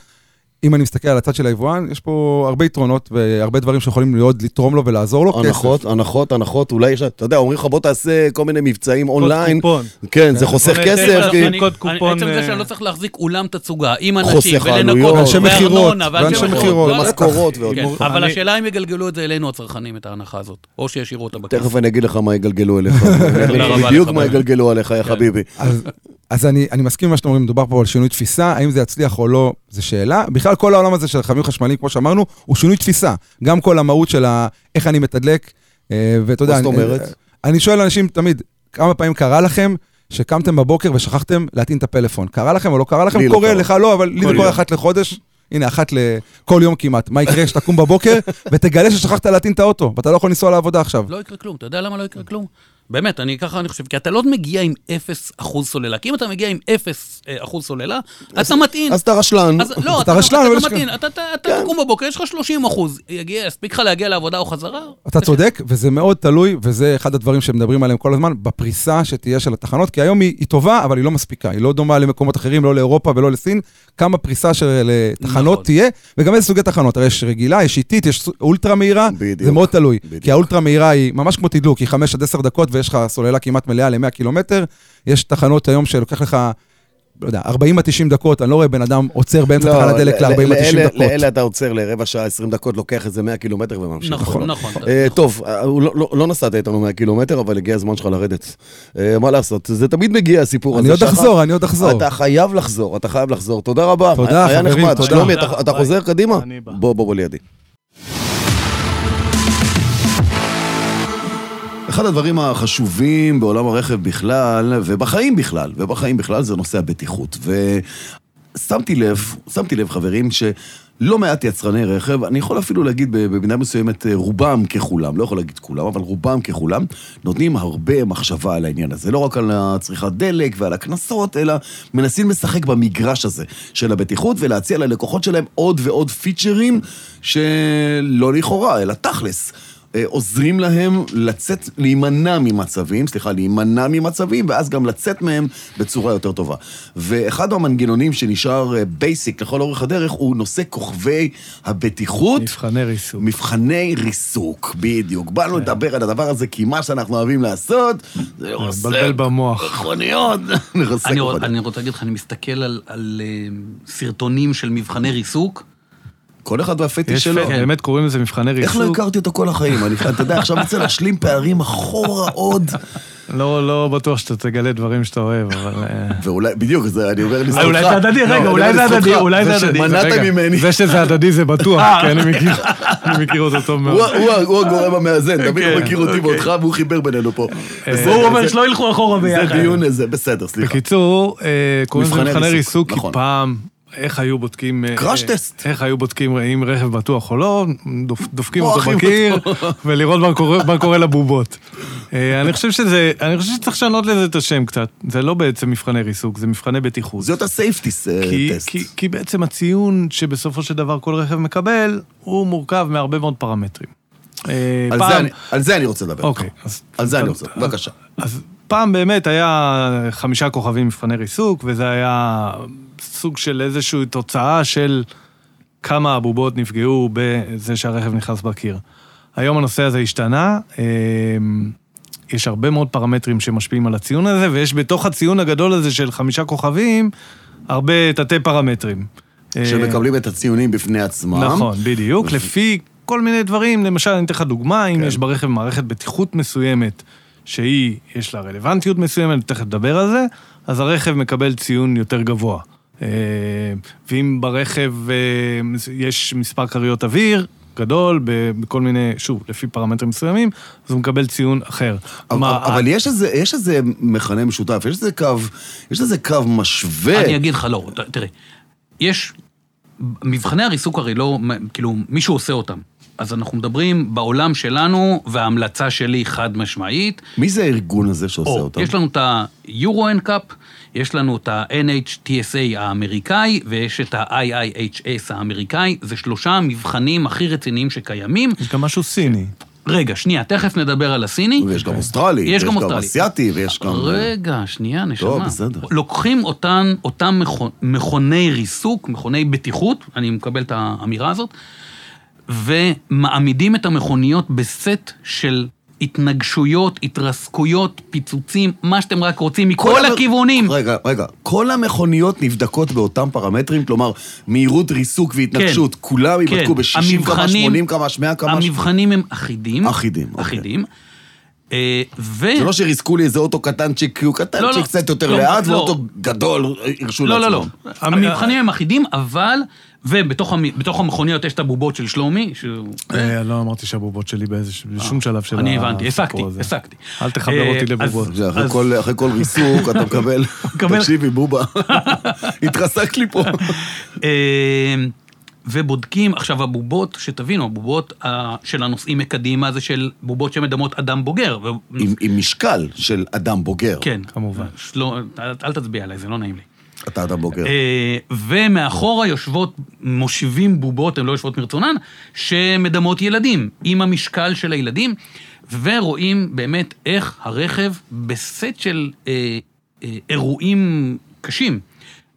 S5: אם אני מסתכל על הצד של היבואן, יש פה הרבה יתרונות והרבה דברים שיכולים מאוד לתרום לו ולעזור לו.
S1: הנחות, הנחות, הנחות, אולי יש, אתה יודע, אומרים לך בוא תעשה כל מיני מבצעים אונליין.
S3: קופון.
S1: כן, זה חוסך
S3: קונה
S1: כסף,
S3: טסלה,
S1: כי-
S3: קונה- קוד קופון,
S4: עצם זה
S3: אה,
S4: שאני לא צריך להחזיק אולם תצוגה עם
S1: חוסך
S4: אנשים,
S1: עלויות.
S4: ולנקות,
S1: אנשי
S5: מכירות,
S4: וארנונה,
S5: ואנשי מכירות,
S4: לא יודע.
S1: ומשכורות ועוד.
S4: כן,
S5: מור-
S4: אבל
S3: אני-
S4: השאלה אם יגלגלו את זה אלינו הצרכנים, את ההנחה הזאת, או שישאירו אותה בכיס.
S1: תכף אני אגיד לך מה יגלגלו אליך.
S4: רבה
S1: בדיוק
S4: לך, כן.
S1: מה
S4: באמת.
S1: יגלגלו עליך, יא חביבי.
S5: אז, אז אני, אני מסכים עם מה שאתם אומרים, מדובר פה על שינוי תפיסה, האם זה יצליח או לא, זו שאלה. בכלל, כל העולם הזה של רכבים חשמליים, כמו שאמרנו, הוא שינוי תפיסה. גם כל המהות של ה, איך אני מתדלק, אה, ואתה יודע...
S1: מה זאת
S5: אני-
S1: אומרת?
S5: אה, אני שואל אנשים תמיד, כמה פעמים קרה לכם שקמתם בבוקר ושכחתם להטעין את הפלאפון? קרה לכם או לא קרה לכם?
S1: לי לא
S5: קורה,
S1: קרה.
S5: לך לא, אבל לי זה
S1: כל
S5: קורה
S1: יום.
S5: אחת לחודש. הנה, אחת לכל יום כמעט. מה יקרה כשתקום בבוקר ותגלה ששכחת להטעין את האוטו, ואתה לא יכול לנסוע לעבודה עכשיו?
S4: לא יקרה כלום, אתה יודע למה לא יקרה כלום? באמת, אני ככה אני חושב, כי אתה לא מגיע עם 0% סוללה, כי אם אתה מגיע עם 0% סוללה, אתה מטעין.
S1: אז אתה רשלן.
S4: אז לא,
S5: אתה
S4: אתה
S5: רשלן, אבל יש
S4: אתה
S5: לך- כן.
S4: מתאים, אתה- אתה אתה תקום בבוקר, יש לך 30 אחוז, יגיע, יספיק לך להגיע לעבודה או חזרה?
S5: אתה צודק, וזה מאוד תלוי, וזה אחד הדברים שמדברים עליהם כל הזמן, בפריסה שתהיה של התחנות, כי היום היא, היא טובה, אבל היא לא מספיקה, היא לא דומה למקומות אחרים, לא לאירופה ולא לסין, כמה פריסה של אה, תחנות
S4: נכון.
S5: תהיה, וגם איזה סוגי תחנות, הרי יש רגילה, יש איטית, יש סו- אולטרה מהירה,
S1: בדיוק,
S5: זה מאוד תלוי,
S1: בדיוק.
S5: כי האולטרה מהירה היא ממש כמו תדלוק, היא 5 עד 10 דקות ויש לך סוללה כמעט מלאה ל-100 קילומטר, יש תחנות היום שלוקח לך... לא יודע, 40 עד 90 דקות, אני לא רואה בן אדם עוצר באמצע
S1: לא,
S5: תחנת דלק
S1: ל-
S5: ל-40 עד 90
S1: לאלה-
S5: דקות.
S1: לאלה אתה עוצר לרבע שעה, 20 דקות, לוקח איזה 100 קילומטר וממשיך.
S4: נכון, נכון. אתה-
S1: אה, טוב, אה, הוא לא- לא- לא נסעת איתנו 100 קילומטר, אבל הגיע הזמן שלך לרדת. אה, מה לעשות, זה תמיד מגיע הסיפור הזה.
S5: אני עוד
S1: שחר.
S5: אחזור, אני עוד אחזור.
S1: אתה חייב לחזור, אתה חייב לחזור. תודה רבה.
S5: תודה,
S1: היה
S5: חברים,
S1: נחמד.
S5: תודה.
S1: שלומי, אתה- אתה
S3: ביי.
S1: חוזר קדימה?
S3: אני בא.
S1: בוא, בוא, בוא לידי. אחד הדברים החשובים בעולם הרכב בכלל, ובחיים בכלל, ובחיים בכלל, זה נושא הבטיחות. ושמתי לב, שמתי לב, חברים, ש... לא מעט יצרני רכב, אני יכול אפילו להגיד במידה מסוימת, אה, רובם ככולם, לא יכול להגיד כולם, אבל רובם ככולם, נותנים הרבה מחשבה על העניין הזה. לא רק על הצריכת דלק ועל הקנסות, אלא מנסים לשחק במגרש הזה של הבטיחות ולהציע ללקוחות שלהם עוד ועוד פיצ'רים שלא לכאורה, אלא תכלס. אה, עוזרים להם לצאת, להימנע ממצבים, סליחה, להימנע ממצבים, ואז גם לצאת מהם בצורה יותר טובה. ואחד המנגנונים שנשאר אה, בייסיק לכל אורך הדרך, הוא נושא כוכבי הבטיחות.
S3: מבחני ריסוק.
S1: מבחני ריסוק, בדיוק. באנו
S3: כן.
S1: לדבר על הדבר הזה, כי מה שאנחנו אוהבים לעשות, זה
S3: מבלבל במוח.
S1: מכוניות. לרסק
S4: אני, רוצ,
S1: מכוניות.
S4: אני רוצה להגיד לך, אני מסתכל על, על אה, סרטונים של מבחני ריסוק,
S1: כל אחד והפטיש
S3: יש
S1: שלו.
S3: פ- באמת קוראים לזה מבחני
S1: איך לא
S3: ריסוק.
S1: הכרתי אותו כל החיים? אני, אתה יודע, עכשיו אני רוצה להשלים פערים אחורה עוד.
S3: לא לא בטוח שאתה תגלה דברים שאתה אוהב, אבל... אה,
S1: ואולי, בדיוק, זה, אני אומר לזכותך.
S3: אולי זה הדדי,
S1: לא, אני
S3: רגע,
S1: אומר
S3: אולי זה
S1: לזכותך,
S3: הדדי, אולי זה הדדי.
S1: שמנעת
S3: רגע,
S1: ממני.
S3: זה שזה הדדי זה בטוח, כי אני מכיר, אני מכיר אותו טוב
S1: הוא,
S3: מאוד.
S1: הוא, הוא הגורם המאזן, תמיד הוא
S3: כן, אה,
S1: מכיר אותי ואותך, והוא חיבר בינינו פה. בסדר,
S4: הוא אומר
S1: זה-
S4: שלא ילכו אחורה
S1: זה
S4: ביחד.
S1: דיון איזה, בסדר, סליחה.
S3: אוקיי. בקיצור, אה, קוראים לזה
S1: מבחני
S3: מבחני
S1: ריסוק,
S3: ריסוק, כי
S1: נכון.
S3: פעם, איך היו בודקים... אה,
S1: Crash
S3: אה,
S1: test.
S3: איך היו בודקים אם רכב בטוח או לא, דופ- דופקים אותו
S1: מועכים
S3: בקיר,
S1: אותו.
S3: ולראות מה קורה- מה קורה לבובות. אה, אני חושב שזה, אני חושב שצריך לשנות לזה את השם קצת. זה לא בעצם מבחני ריסוק, זה מבחני בטיחות.
S1: זאת הסייפטי
S3: כי,
S1: טסט.
S3: כי, כי בעצם הציון שבסופו של דבר כל רכב מקבל, הוא מורכב מהרבה מאוד פרמטרים. אה,
S1: על זה
S3: פעם,
S1: אני- על זה אני רוצה לדבר.
S3: אוקיי, אז,
S1: על זה אני
S3: אז-
S1: רוצה, בבקשה.
S3: אז פעם באמת היה חמישה כוכבים מבחני ריסוק, וזה היה סוג של איזושהי תוצאה של כמה הבובות נפגעו בזה שהרכב נכנס בקיר. היום הנושא הזה השתנה, אה, יש הרבה מאוד פרמטרים שמשפיעים על הציון הזה, ויש בתוך הציון הגדול הזה של חמישה כוכבים, הרבה תתי פרמטרים. אה,
S1: שמקבלים את הציונים בפני עצמם.
S3: נכון, בדיוק. לפי כל מיני דברים, למשל, אני אתן לך דוגמה,
S4: כן.
S3: אם יש ברכב מערכת בטיחות מסוימת, שהיא, יש לה רלוונטיות מסוימת, תכף נדבר על זה, אז הרכב מקבל ציון יותר גבוה. אה, ואם ברכב אה, יש מספר כריות אוויר, גדול, ב- בכל מיני, שוב, לפי פרמטרים מסוימים, אז הוא מקבל ציון אחר.
S1: אבל,
S3: כלומר,
S1: אבל יש איזה, יש איזה מכנה משותף, יש איזה קו, יש איזה קו משווה.
S4: אני אגיד לך, לא, ת- תראה, יש, מבחני הריסוק הרי לא, מ- כאילו, מישהו עושה אותם. אז אנחנו מדברים בעולם שלנו, וההמלצה שלי חד משמעית,
S1: מי זה הארגון הזה שעושה
S4: או,
S1: אותם?
S4: יש לנו את ה-Euro NCAP, יש לנו את ה-NHTSA האמריקאי, ויש את ה-IIHS האמריקאי, זה שלושה המבחנים הכי רציניים שקיימים.
S3: יש גם משהו סיני.
S4: רגע, שנייה, תכף נדבר על הסיני.
S1: ויש גם אוסטרלי,
S4: יש גם
S1: גם
S4: אוסטרלי.
S1: אסיאתי, ויש גם... אה,
S4: רגע, שנייה, נשמה.
S1: טוב, בסדר.
S4: לוקחים אותן, אותם מכו- מכוני ריסוק, מכוני בטיחות, אני מקבל את האמירה הזאת, ומעמידים את המכוניות בסט של התנגשויות, התרסקויות, פיצוצים, מה שאתם רק רוצים, מכל
S1: המ-
S4: הכיוונים.
S1: רגע, רגע. כל המכוניות נבדקות באותם פרמטרים? כלומר, מהירות ריסוק והתנגשות,
S4: כן.
S1: כולם ייבדקו
S4: כן.
S1: ב-60 קמ"ש,
S4: המבחנים-
S1: 80 קמ"ש, 100 קמ"ש?
S4: המבחנים הם אחידים.
S1: אחידים, אוקיי.
S4: אחידים. אה, ו...
S1: זה לא שריסקו לי איזה אוטו קטנצ'יק, כי הוא
S4: לא,
S1: קטנצ'יק
S4: לא.
S1: קצת יותר
S4: לא,
S1: לאט,
S4: לא.
S1: ואוטו גדול הרשו לעצמם.
S4: לא, לא, לא. המבחנים הם אחידים, אבל... ובתוך המ- בתוך המכוניות יש את הבובות של שלומי, שהוא...
S3: אה, לא אמרתי שהבובות שלי באיזה- בשום שלב של
S4: כן. אה, אני הבנתי,
S3: הסיפור
S4: הסקתי,
S3: הזה.
S4: הסקתי.
S3: אל תחבר
S4: אה,
S3: אותי
S4: אז-
S3: לבובות.
S1: זה אחרי
S4: אז-
S1: כל- אחרי כל ריסוק אתה מקבל,
S4: מקבל-
S1: תקשיבי בובה, התרסקת לי פה.
S4: אה, ובודקים, עכשיו הבובות, שתבינו, הבובות אה, של הנוסעים מקדימה זה של בובות שמדמות אדם בוגר. ו-
S1: עם עם משקל של אדם בוגר.
S4: כן.
S3: כמובן.
S4: שלא, אל אל תצביע עליי, זה לא נעים לי.
S1: אתה אדם בוגר.
S4: אה, ומאחורה יושבות, מושיבים בובות, הן לא יושבות מרצונן, שמדמות ילדים, עם המשקל של הילדים, ורואים באמת איך הרכב בסט של אה, אה, אירועים קשים.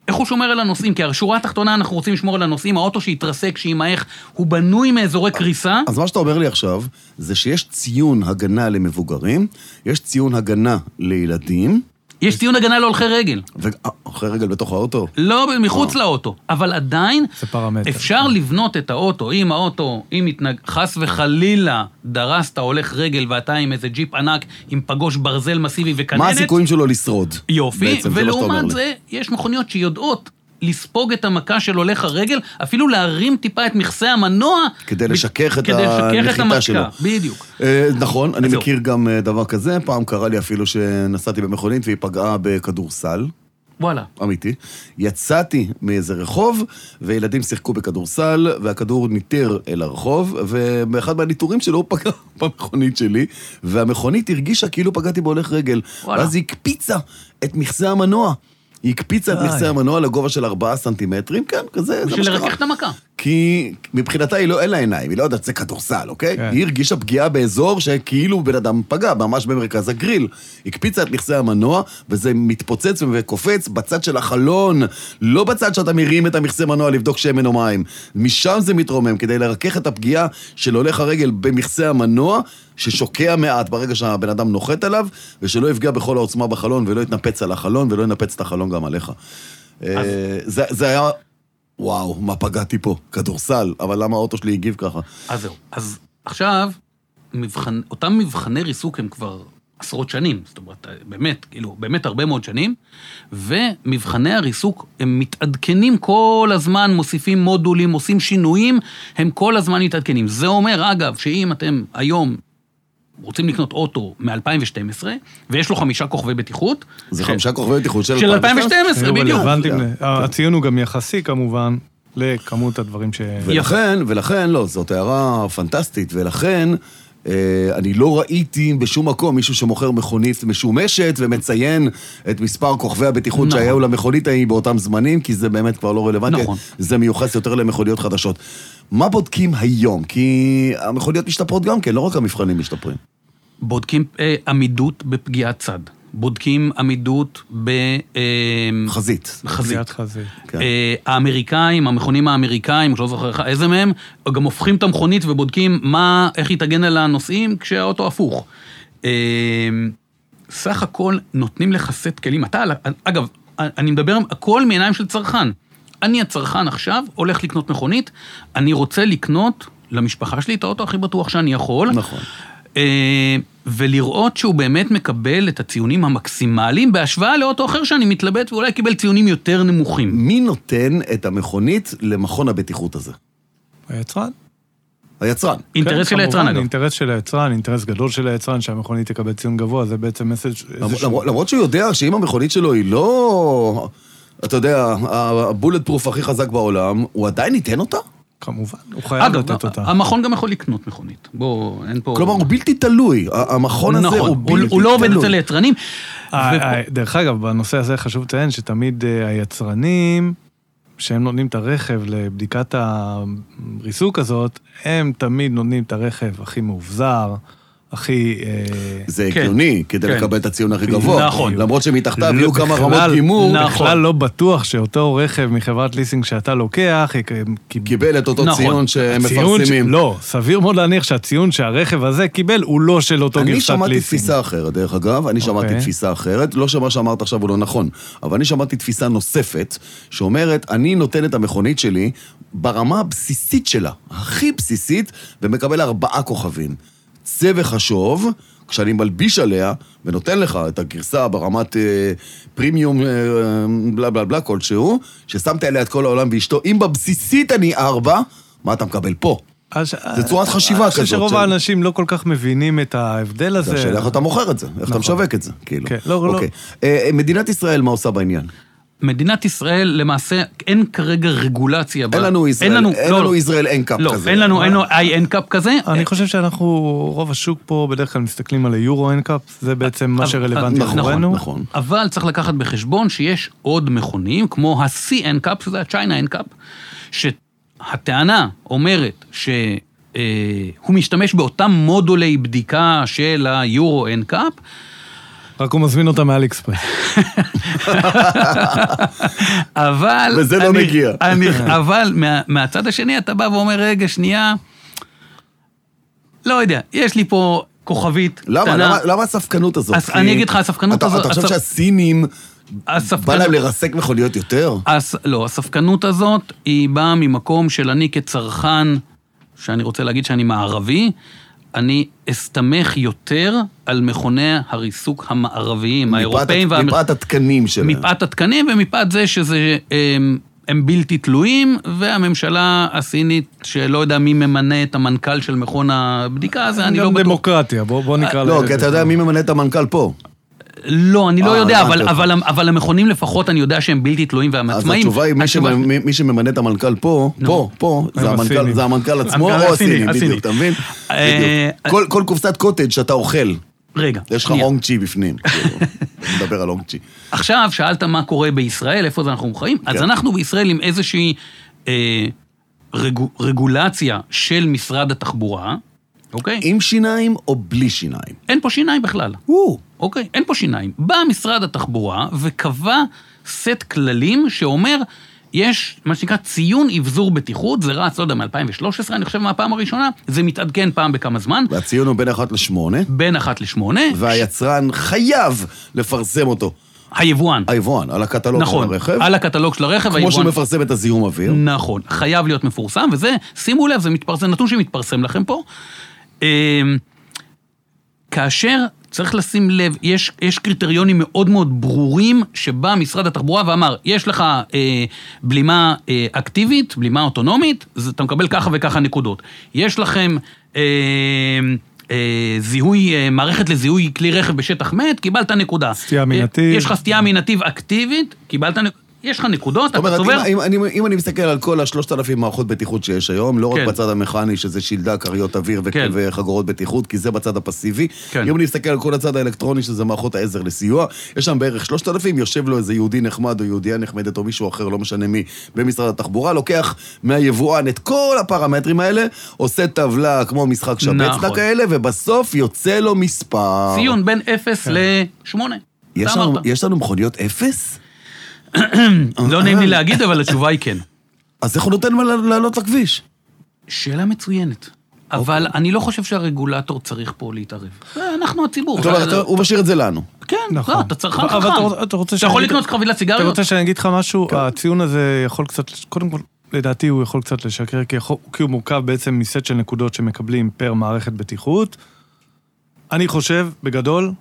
S4: איך הוא שומר על הנוסעים? כי השורה התחתונה, אנחנו רוצים לשמור על הנוסעים, האוטו שהתרסק, שימעך, הוא בנוי מאזורי קריסה.
S1: אז מה שאתה אומר לי עכשיו, זה שיש ציון הגנה למבוגרים, יש ציון הגנה לילדים,
S4: יש ציון הגנה להולכי רגל.
S1: ואחרי רגל בתוך האוטו.
S4: לא, מחוץ לאוטו. אבל עדיין,
S3: זה פרמטר.
S4: אפשר לבנות את האוטו, אם האוטו, אם התנג... חס וחלילה דרסת הולך רגל ואתה עם איזה ג'יפ ענק עם פגוש ברזל מסיבי וכננת,
S1: מה הסיכויים שלו לשרוד?
S4: יופי,
S1: בעצם, זה מה שאתה אומר
S4: ולעומת
S1: לי.
S4: זה, יש מכוניות שיודעות. לספוג את המכה של הולך הרגל, אפילו להרים טיפה את מכסה המנוע.
S1: כדי
S4: ב-
S1: לשכך את
S4: כדי לשכך את
S1: הנחיתה
S4: המכה,
S1: שלו.
S4: בדיוק.
S1: אה, נכון, אני
S4: זהו.
S1: מכיר גם אה, דבר כזה, פעם קרה לי אפילו שנסעתי במכונית והיא פגעה בכדורסל.
S4: וואלה.
S1: אמיתי. יצאתי מאיזה רחוב, וילדים שיחקו בכדורסל, והכדור ניטר אל הרחוב, ובאחד מהניטורים שלו הוא פגע במכונית שלי, והמכונית הרגישה כאילו פגעתי בהולך רגל.
S4: וואלה.
S1: ואז היא הקפיצה את מכסה המנוע. היא הקפיצה את
S3: די.
S1: מכסה המנוע לגובה של 4 סנטימטרים, כן, כזה, זה מה
S4: בשביל
S1: שקרה.
S4: לרכך את המכה.
S1: כי מבחינתה היא לא, אין לה עיניים, היא לא יודעת, זה כדורסל, אוקיי?
S3: כן.
S1: היא הרגישה פגיעה באזור שכאילו בן אדם פגע, ממש במרכז הגריל. הקפיצה את נכסי המנוע, וזה מתפוצץ וקופץ בצד של החלון, לא בצד שאתה מרים את המכסה מנוע לבדוק שמן או מים. משם זה מתרומם, כדי לרכך את הפגיעה של הולך הרגל במכסה המנוע, ששוקע מעט ברגע שהבן אדם נוחת עליו, ושלא יפגע בכל העוצמה בחלון, ולא יתנפץ על החלון, ולא ינפץ את החלון גם עליך. אה, זה, זה היה, וואו, מה פגעתי פה? כדורסל, אבל למה האוטו שלי הגיב ככה?
S4: אז זהו. אז עכשיו, מבחן, אותם מבחני ריסוק הם כבר עשרות שנים, זאת אומרת, באמת, כאילו, באמת הרבה מאוד שנים, ומבחני הריסוק הם מתעדכנים כל הזמן, מוסיפים מודולים, עושים שינויים, הם כל הזמן מתעדכנים. זה אומר, אגב, שאם אתם היום... רוצים לקנות אוטו מ-2012, ויש לו חמישה כוכבי בטיחות.
S1: זה
S4: ש-
S1: חמישה כוכבי בטיחות של
S4: של
S1: 2012.
S4: 2012,
S3: היו
S4: בדיוק.
S3: רלוונטיים,
S1: כן.
S3: ל- אה, הציון הוא גם יחסי כמובן לכמות הדברים ש...
S1: ולכן, ולכן, לא, זאת הערה פנטסטית, ולכן אה, אני לא ראיתי בשום מקום מישהו שמוכר מכונית משומשת ומציין את מספר כוכבי הבטיחות
S4: נכון.
S1: שהיו למכונית ההיא באותם זמנים, כי זה באמת כבר לא רלוונטי.
S4: נכון.
S1: זה מיוחס יותר למכוניות חדשות. מה בודקים היום? כי המכוניות משתפרות גם כן, לא רק המבחנים משתפרים.
S4: בודקים אה, עמידות בפגיעת צד. בודקים עמידות ב... אה,
S1: חזית.
S4: חזית.
S3: קביעת חזית.
S1: כן.
S4: אה, האמריקאים, המכונים האמריקאים, שלא זוכר לך איזה מהם, גם הופכים את המכונית ובודקים מה, איך היא תגן על הנוסעים כשהאוטו הפוך. אה, סך הכל נותנים לך סט כלים. אתה, אגב, אני מדבר הכל מעיניים של צרכן. אני הצרכן עכשיו הולך לקנות מכונית, אני רוצה לקנות למשפחה שלי את האוטו הכי בטוח שאני יכול.
S1: נכון.
S4: אה, ולראות שהוא באמת מקבל את הציונים המקסימליים בהשוואה לאוטו אחר שאני מתלבט ואולי קיבל ציונים יותר נמוכים.
S1: מי נותן את המכונית למכון הבטיחות הזה?
S3: היצרן.
S1: היצרן.
S4: אינטרס
S3: כן,
S4: של היצרן
S3: כמובן,
S4: אגב.
S3: אינטרס של היצרן, אינטרס גדול של היצרן, שהמכונית תקבל ציון גבוה, זה בעצם מסר...
S1: למרות-
S3: איזשהו-
S1: למרות- למרות שהוא יודע שאם המכונית שלו היא לא, אתה יודע, הבולט פרוף הכי חזק בעולם, הוא עדיין ייתן אותה?
S3: כמובן, הוא חייב
S4: אגב, אה,
S3: לתת אותה.
S4: המכון גם יכול לקנות מכונית. בוא, אין פה...
S1: כלומר, הוא בלתי תלוי. ה- המכון הזה
S4: נכון,
S1: הוא בלתי תלוי.
S4: הוא לא עובד אצל היצרנים.
S3: אה,
S4: ופה-
S3: אה, דרך אגב, בנושא הזה חשוב לציין שתמיד אה, היצרנים, שהם נותנים את הרכב לבדיקת הריסוק הזאת, הם תמיד נותנים את הרכב הכי מאובזר, הכי... אה,
S1: זה
S4: כן.
S1: הגיוני, כדי
S4: כן.
S1: לקבל את הציון הכי גבוה.
S4: נכון.
S1: למרות שמתחתיו
S3: לא,
S1: יהיו כמה
S3: בכלל-
S1: רמות גימור,
S4: נכון.
S3: בכלל לא בטוח שאותו רכב מחברת ליסינג שאתה לוקח, יק- קיב-
S1: קיבל את אותו
S4: נכון.
S1: ציון שהם
S3: הציון ש-
S1: מפרסמים.
S3: לא, סביר מאוד להניח שהציון שהרכב הזה קיבל הוא לא של אותו גרסת
S1: אני
S3: ליסינג.
S1: שמעתי תפיסה אחרת, דרך אגב, אני שמעתי
S3: אוקיי.
S1: תפיסה אחרת, לא שמה שאמרת עכשיו הוא לא נכון, אבל אני שמעתי תפיסה נוספת, שאומרת, אני נותן את המכונית שלי ברמה הבסיסית שלה, הכי בסיסית, ומקבל ארבעה כוכבים. צא וחשוב, כשאני מלביש עליה ונותן לך את הגרסה ברמת אה, פרימיום אה, בלה בלה בלה כלשהו, ששמת עליה את כל העולם ואשתו, אם בבסיסית אני ארבע, מה אתה מקבל פה?
S3: אז-
S1: זה צורת חשיבה
S3: אני חושב
S1: כזאת
S3: שרוב
S1: של-
S3: האנשים לא כל כך מבינים את ההבדל הזה.
S1: זה השאלה איך אתה מוכר את זה, איך אתה
S3: נכון.
S1: משווק את זה, כאילו.
S3: כן, לא, לא.
S1: אוקיי. אה, מדינת ישראל, מה עושה בעניין?
S4: מדינת ישראל, למעשה, אין כרגע רגולציה. ב-
S1: אין לנו ישראל, אין
S4: לא,
S1: לנו
S4: לא.
S1: ישראל אין קאפ
S4: לא,
S1: כזה. אה.
S4: אין לנו, אין לנו איי אין קאפ כזה.
S3: אני חושב שאנחנו, רוב השוק פה בדרך כלל מסתכלים על היורו אין קאפ, זה בעצם מה
S4: אבל-
S3: שרלוונטי
S1: נכון,
S3: עבורנו.
S1: נכון.
S4: אבל צריך לקחת בחשבון שיש עוד מכונים, כמו ה-CN Cup, שזה ה-China N Cup, שהטענה אומרת שהוא משתמש באותם מודולי בדיקה של היורו N Cup,
S3: רק הוא מזמין אותה מעל אקספרס.
S4: אבל...
S1: וזה לא
S4: אני-
S1: מגיע.
S4: אני, אבל מה, מהצד השני אתה בא ואומר, רגע, שנייה, לא יודע, יש לי פה כוכבית
S1: למה?
S4: קטנה.
S1: למה- למה הספקנות הזאת?
S4: אז
S1: כי-
S4: אני אגיד לך, הספקנות
S1: אתה-
S4: הזאת-
S1: אתה חושב
S4: הספ-
S1: שהסינים, בא
S4: הספקנות-
S1: להם לרסק מכוניות יותר?
S4: הס... לא, הספקנות הזאת היא באה ממקום של אני כצרכן, שאני רוצה להגיד שאני מערבי, אני אסתמך יותר על מכוני הריסוק המערביים, האירופאים
S1: מפאת- מפאת התקנים שלהם.
S4: מפאת התקנים ומפאת זה שזה... הם, הם בלתי תלויים, והממשלה הסינית, שלא יודע מי ממנה את המנכ"ל של מכון הבדיקה הזה, אני לא
S3: גם
S4: בטוח.
S3: דמוקרטיה, בוא בוא נקרא
S1: לא,
S3: לזה
S1: כי אתה יודע מי ממנה את המנכ"ל פה.
S4: לא, אני לא
S1: אה,
S4: יודע, אבל,
S1: הבנתי אותך.
S4: אבל, אבל המכונים לפחות, אני יודע שהם בלתי תלויים והם
S1: אז
S4: עצמאיים.
S1: התשובה היא, מי שממ- מי- מי שממנה את המנכ"ל פה, פה, פה, זה
S3: הם
S1: המנכ"ל-
S3: הסינים.
S1: זה המנכ"ל עצמו
S4: המנכ"ל
S1: או
S4: הסיני,
S1: הסיני, בדיוק,
S4: הסיני.
S1: אתה מבין?
S4: אה,
S1: בדיוק. כל- כל קופסת קוטג' שאתה אוכל,
S4: רגע.
S1: יש לך
S4: שנייה.
S1: הונג צ'י בפנים. כאילו. נדבר על הונג צ'י.
S4: עכשיו, שאלת מה קורה בישראל, איפה זה אנחנו חיים? כן. אז
S1: כן.
S4: אנחנו בישראל עם איזושהי אה, רגו, רגולציה של משרד התחבורה, אוקיי?
S1: עם שיניים או בלי שיניים?
S4: אין פה שיניים בכלל. אוקיי, אין פה שיניים. בא משרד התחבורה וקבע סט כללים שאומר, יש מה שנקרא ציון אבזור בטיחות, זה רץ, לא יודע, מ-2013, אני חושב מהפעם הראשונה, זה מתעדכן פעם בכמה זמן,
S1: והציון הוא בין 1 ל-8,
S4: בין אחת לשמונה,
S1: והיצרן חייב לפרסם אותו.
S4: היבואן,
S1: היבואן, על הקטלוג
S4: נכון,
S1: של הרכב.
S4: על הקטלוג של הרכב,
S1: כמו שהוא מפרסם את הזיהום אוויר.
S4: נכון, חייב להיות מפורסם, וזה, שימו לב, זה, מתפרס, זה נתון שמתפרסם לכם פה. אמ, כאשר, צריך לשים לב, יש, יש קריטריונים מאוד מאוד ברורים שבא משרד התחבורה ואמר, יש לך אה, בלימה אה, אקטיבית, בלימה אוטונומית, אז אתה מקבל ככה וככה נקודות. יש לכם... אה, אה, זיהוי, אה, מערכת לזיהוי כלי רכב בשטח מת, קיבלת נקודה.
S3: סטייה מן
S4: אה,
S3: נתיב.
S4: יש לך סטייה מנתיב אקטיבית, קיבלת נקודה. יש לך נקודות,
S1: זאת
S4: אתה
S1: אומרת,
S4: צובר...
S1: אם, אם, אני- אם אני מסתכל על כל השלושת אלפים מערכות בטיחות שיש היום, לא רק
S4: כן.
S1: בצד המכני, שזה שלדה, כריות אוויר ו-
S4: כן.
S1: וחגורות בטיחות, כי זה בצד הפסיבי,
S4: כן.
S1: אם אני מסתכל על כל הצד האלקטרוני, שזה מערכות העזר לסיוע, יש שם בערך שלושת אלפים, יושב לו איזה יהודי נחמד או יהודייה נחמדת או מישהו אחר, לא משנה מי, במשרד התחבורה, לוקח מהיבואן את כל הפרמטרים האלה, עושה טבלה כמו משחק שבצנה
S4: נכון.
S1: כאלה, ובסוף יוצא לו מספר.
S4: ציון בין 0
S3: כן.
S4: ל-8.
S1: יש לנו, יש לנו מכוניות אפס?
S4: לא
S3: אה.
S4: נעים לי להגיד, אבל התשובה היא כן.
S1: אז איך הוא נותן מה לה- לעלות לכביש?
S4: שאלה מצוינת. אבל
S3: אוקיי.
S4: אני לא חושב שהרגולטור צריך פה להתערב.
S3: אה,
S4: זה אנחנו הציבור.
S1: כלומר,
S4: זה-
S1: אתה- הוא משאיר את זה לנו.
S4: כן,
S3: נכון.
S4: לא, אתה צרכן
S3: אבל
S4: חכם.
S3: אתה רוצה- אתה רוצה
S4: יכול
S3: שאני אגיד-
S4: לקנות חבילת
S3: אתה
S4: סיגריות?
S3: רוצה שאני אגיד לך משהו? הציון הזה יכול קצת, קודם כל, לדעתי הוא יכול קצת לשקר, כי, יכול, כי הוא מורכב בעצם מסט של נקודות שמקבלים פר מערכת בטיחות. אני חושב, בגדול,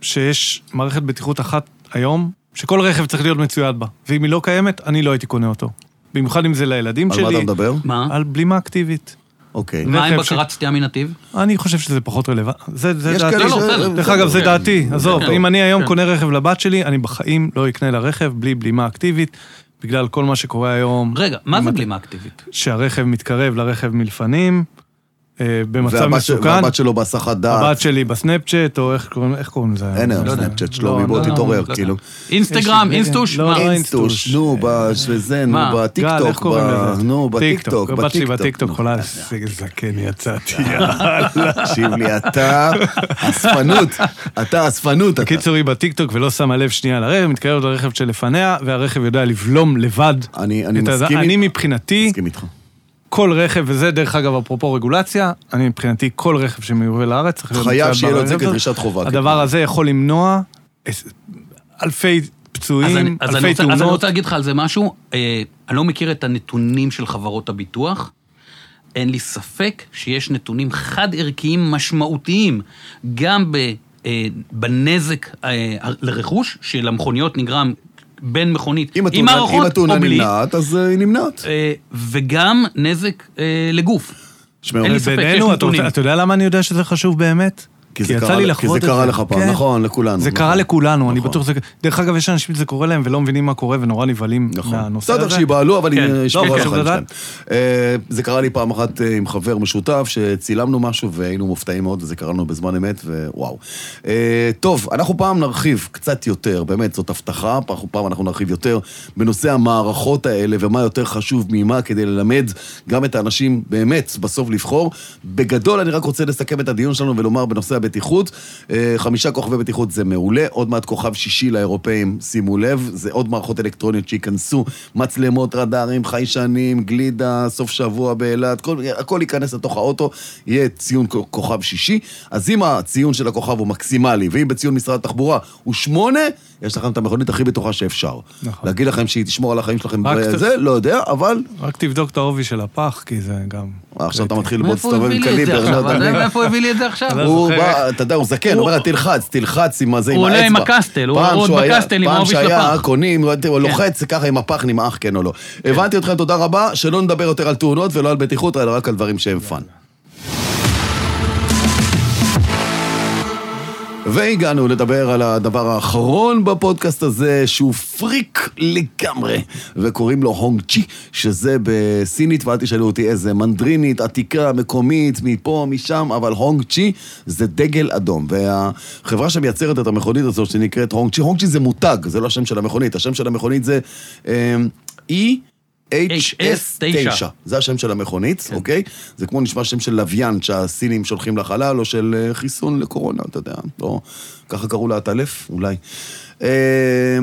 S3: שיש מערכת בטיחות אחת היום, שכל רכב צריך להיות מצויד בה, ואם היא לא קיימת, אני לא הייתי קונה אותו. במיוחד אם זה לילדים
S1: על
S3: שלי.
S1: מה אתה מדבר?
S4: מה?
S3: על בלימה אקטיבית.
S1: אוקיי.
S4: מה עם
S3: רכב ש-
S4: בקרת סטייה מנתיב?
S3: אני חושב שזה פחות רלוונטי. זה, זה
S1: יש
S3: דעתי.
S1: כאלה
S4: לא,
S1: ש-
S4: בסדר.
S3: דרך אגב, זה
S4: כן.
S3: דעתי, עזוב,
S4: כן.
S3: אם אני היום
S4: כן.
S3: קונה רכב לבת שלי, אני בחיים לא אקנה לה רכב בלי בלימה אקטיבית, בגלל כל מה שקורה היום.
S4: רגע, מה
S3: אם
S4: זה
S3: אתה-
S4: בלימה אקטיבית?
S3: שהרכב מתקרב לרכב מלפנים, אה, במצב
S1: והבת ש-
S3: מסוכן.
S1: והבת שלו בהסחת דעת.
S3: הבת שלי בסנאפצ'אט, או איך קוראים איך קוראים לזה?
S1: אין היום
S3: לא יודע.
S1: סנאפצ'אט,
S3: לא,
S1: שלומי, בוא
S3: לא,
S1: תתעורר,
S4: לא
S1: כאילו.
S4: יודע. אינסטגרם,
S3: יש-
S4: אינסטוש?
S3: לא,
S4: מה?
S3: אין-
S1: אינסטוש,
S3: אינסטוש.
S1: נו, בזה, נו,
S4: מה?
S3: גל, איך
S1: בטיקטוק,
S3: קוראים
S1: ב-
S3: לזה?
S1: נו, בטיקטוק,
S3: הבת שלי
S1: נו.
S3: בטיקטוק
S1: אה,
S3: יכולה להשיג זקן, יצאתי.
S1: תקשיב לי, אתה אספנות, אתה אספנות, אתה.
S3: קיצור, היא בטיקטוק ולא שמה לב שנייה לרכב, מתקרבת לרכב שלפניה, והרכב יודע לבלום לבד.
S1: אני אני
S3: את הזה.
S1: מסכים
S3: אני
S1: איתך.
S3: מבחינתי,
S1: מסכים איתך.
S3: כל רכב, וזה דרך אגב אפרופו רגולציה, אני מבחינתי כל רכב שמיובא לארץ צריך להיות
S1: חייב
S3: מצויד
S1: שיהיה לו את זה
S3: ברכב.
S1: כדרישת חובה,
S3: הדבר
S1: כן.
S3: הזה יכול למנוע אס- אלפי
S4: אז אני-
S3: פצועים,
S4: אז אני
S3: אלפי
S4: רוצה- אז אני
S3: תאונות.
S4: רוצה להגיד לך על זה משהו. אה, אני לא מכיר את הנתונים של חברות הביטוח. אין לי ספק שיש נתונים חד-ערכיים משמעותיים, גם ב, אה, בנזק אה, לרכוש, שלמכוניות נגרם בין מכונית,
S1: אם
S4: עם
S1: התאונה- אם
S4: מערכות
S1: התאונה
S4: או בלי,
S1: נמנעת, אז אה, היא נמנעת.
S4: אה, וגם נזק אה, לגוף.
S1: שמעו,
S4: אין לי ספק, יש
S3: בינינו, אתה רוצה-
S4: נתונים.
S3: אתה יודע למה אני יודע שזה חשוב באמת?
S1: כי זה
S3: יצא
S1: קרה-
S3: לי
S1: כי
S3: לחוות
S1: זה
S3: את
S1: קרה לך פעם,
S3: כן.
S1: נכון, לכולנו,
S3: זה
S1: נכון.
S3: קרה לכולנו, אני
S1: נכון.
S3: בטוח שזה... דרך אגב, יש אנשים שזה קורה להם ולא מבינים מה קורה ונורא נבהלים מהנושא הזה.
S1: נכון. בסדר, שייבהלו, אבל
S3: כן.
S1: אני
S3: לא,
S1: אשמור על
S3: חשוב
S1: החיים
S3: לדעת.
S1: שלהם. אה, זה קרה לי פעם אחת אה, עם חבר משותף, שצילמנו משהו והיינו מופתעים מאוד, וזה קרה לנו בזמן אמת, ווואו. אה, טוב, אנחנו פעם נרחיב קצת יותר, באמת, זאת הבטחה, פעם- פעם אנחנו נרחיב יותר בנושא המערכות האלה, ומה יותר חשוב ממה, כדי ללמד גם את האנשים באמת בסוף לבחור. בגדול, אני רק רוצה לסכם את הדיון שלנו ולומר בנושא הבטיחות, אה, חמישה כוכבי בטיחות זה מעולה, עוד מעט כוכב שישי לאירופאים, שימו לב, זה עוד מערכות אלקטרוניות שייכנסו, מצלמות, רדארים, חיישנים, גלידה, סוף שבוע באילת, כל- הכל ייכנס לתוך האוטו, יהיה ציון כ- כוכב שישי. אז אם הציון של הכוכב הוא מקסימלי, ואם בציון משרד התחבורה הוא שמונה, יש לכם את המכונית הכי בטוחה שאפשר.
S3: נכון.
S1: להגיד לכם שהיא תשמור על החיים שלכם,
S3: רק ת-
S1: זה, לא יודע, אבל
S3: רק תבדוק את העובי של הפח, כי זה גם...
S1: אה, עכשיו אתה מתחיל
S4: מאיפה הוא
S1: להסתובב
S4: הביא
S1: עם
S4: לי את זה
S1: קליבר, לא
S4: עכשיו?
S1: יודע.
S4: מאיפה הביא לי את זה עכשיו?
S1: הוא
S3: זוכר
S1: בא, אתה יודע, הוא זקן, הוא אומר, תלחץ, תלחץ עם הזה, עם
S4: הוא
S1: האצבע.
S4: עולה עם הקסטל, הוא
S1: פעם
S4: עוד
S1: שהוא היה-
S4: בקסטל עם כן.
S1: פעם
S4: העובי של
S1: שהיה
S4: הפח.
S1: קונים, הוא היה- הוא לוחץ ככה עם הפח נמעך, כן או לא. הבנתי אתכם, תודה רבה, שלא נדבר יותר על תאונות ולא על בטיחות, אלא רק על דברים שהם פאן. והגענו לדבר על הדבר האחרון בפודקאסט הזה, שהוא פריק לגמרי, וקוראים לו הונג צ'י, שזה בסינית, ואל תשאלו אותי איזה, מנדרינית, עתיקה, מקומית, מפה, משם, אבל הונג צ'י זה דגל אדום. והחברה שמייצרת את המכונית הזאת, שנקראת הונג צ'י, הונג צ'י זה מותג, זה לא השם של המכונית, השם של המכונית זה אה, EHS 9.
S4: HS9.
S1: זה השם של המכונית, כן. אוקיי? זה כמו נשמע שם של לוויין שהסינים שולחים לחלל, או של אה, חיסון לקורונה, אתה יודע, לא... ככה קראו לה עטלף, אולי. אה,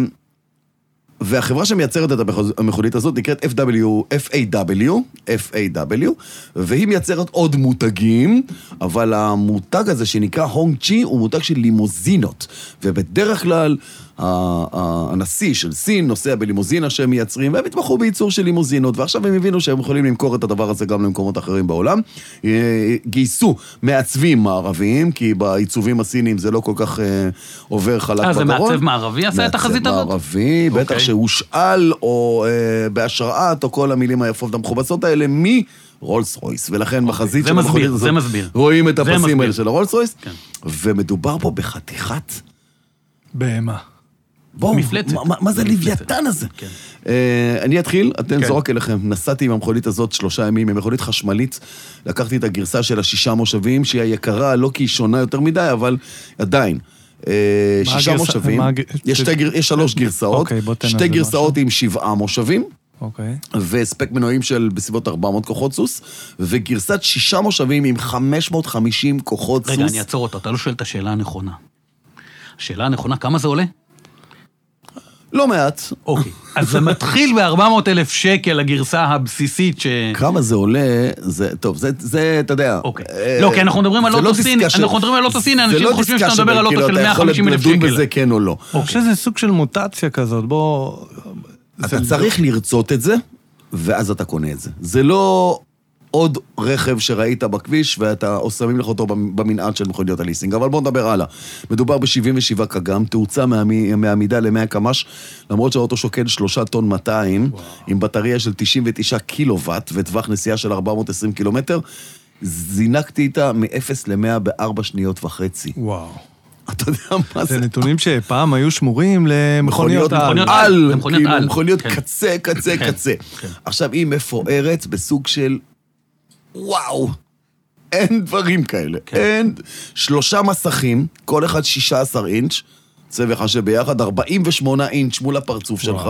S1: והחברה שמייצרת את המכוז- המכונית הזאת נקראת FW, FAW, FAW, והיא מייצרת עוד מותגים, אבל המותג הזה שנקרא הונג צ'י הוא מותג של לימוזינות, ובדרך כלל ה- ה- הנשיא של סין נוסע בלימוזינה שהם מייצרים, והם התמחו בייצור של לימוזינות, ועכשיו הם הבינו שהם יכולים למכור את הדבר הזה גם למקומות אחרים בעולם. אה, גייסו מעצבים מערביים, כי בעיצובים הסינים זה לא כל כך אה, עובר חלק בגרון.
S4: אה, זה מעצב מערבי עשה את החזית
S1: מעצב
S4: הזאת?
S1: ערבי, okay. בטח
S4: אוקיי.
S1: שהושאל, או אה, בהשראת, או כל המילים היפות המכובסות האלה, מרולס רויס. ולכן בחזית
S4: אוקיי. זה
S1: של
S4: מסביר,
S1: המכונית
S4: זה
S1: הזאת,
S4: מסביר.
S1: רואים את
S4: זה
S1: הפסים
S4: מסביר.
S1: האלה של הרולס רויס,
S4: כן.
S1: ומדובר פה בחתיכת...
S3: בהמה.
S1: בואו,
S4: מפלצת.
S1: מה, מה- מה זה
S4: מפלצת.
S1: הלוויתן הזה?
S4: כן.
S1: אה, אני אתחיל, אתם
S3: כן.
S1: זורק אליכם. נסעתי עם המכונית הזאת שלושה ימים, עם מכונית חשמלית. לקחתי את הגרסה של השישה מושבים, שהיא היקרה, לא כי היא שונה יותר מדי, אבל עדיין. אה,
S3: מה
S1: שישה
S3: הגרסה-
S1: מושבים,
S3: מה הג-
S1: יש שתי גר- יש שלוש גרסאות,
S3: אוקיי, בוא תן על
S1: שתי
S3: זה
S1: גרסאות עם שבעה מושבים,
S3: אוקיי.
S1: והספק מנועים של בסביבות 400 כוחות סוס, וגרסת שישה מושבים עם 550 כוחות סוס.
S4: רגע, אני אעצור אותו, אתה לא שואל את השאלה הנכונה. השאלה הנכונה, כמה זה עולה?
S1: לא מעט.
S4: אוקיי. אז זה מתחיל ב-400 אלף שקל, הגרסה הבסיסית ש...
S1: כמה זה עולה, זה, טוב, זה, זה, אתה יודע.
S4: אוקיי.
S1: אה,
S4: לא, כי אנחנו מדברים על
S1: זה
S4: אוטו
S1: לא
S4: סיני,
S1: discussion.
S4: אנחנו מדברים על אוטו סיני,
S1: זה
S4: אנשים
S1: לא
S4: חושבים שאתה
S1: discussion,
S4: מדבר על אוטו
S1: כאילו,
S4: של
S1: אתה יכול
S4: 150 אלף
S1: לדון
S4: שקל.
S1: בזה כן או לא.
S3: אני חושב שזה סוג של מוטציה כזאת, בוא... זה- לא-
S1: אתה צריך לרצות את זה, ואז אתה קונה את זה. זה לא עוד רכב שראית בכביש, ואתה, או שמים לך אותו במ- במנעד של מכוניות הליסינג. אבל בואו נדבר הלאה. מדובר ב-77 קג"ם, תאוצה מהמי- מהעמידה ל-100 קמ"ש, למרות שהאוטו שוקל 3 טון 200, עם בטריה של 99 קילוואט וטווח נסיעה של 420 קילומטר. זינקתי איתה מ-0 ל-100 בארבע שניות וחצי.
S3: וואו.
S1: אתה יודע מה זה?
S3: זה נתונים שפעם היו שמורים למכוניות על.
S4: מכוניות
S1: על,
S4: מכוניות
S1: כאילו,
S4: על.
S1: מכוניות
S4: כן.
S1: קצה, קצה,
S4: כן,
S1: קצה. עכשיו, היא מפוארת בסוג של וואו. אין דברים כאלה.
S4: כן.
S1: אין. שלושה מסכים, כל אחד 16 אינץ', צא וחשב ביחד, 48 אינץ' מול הפרצוף שלך,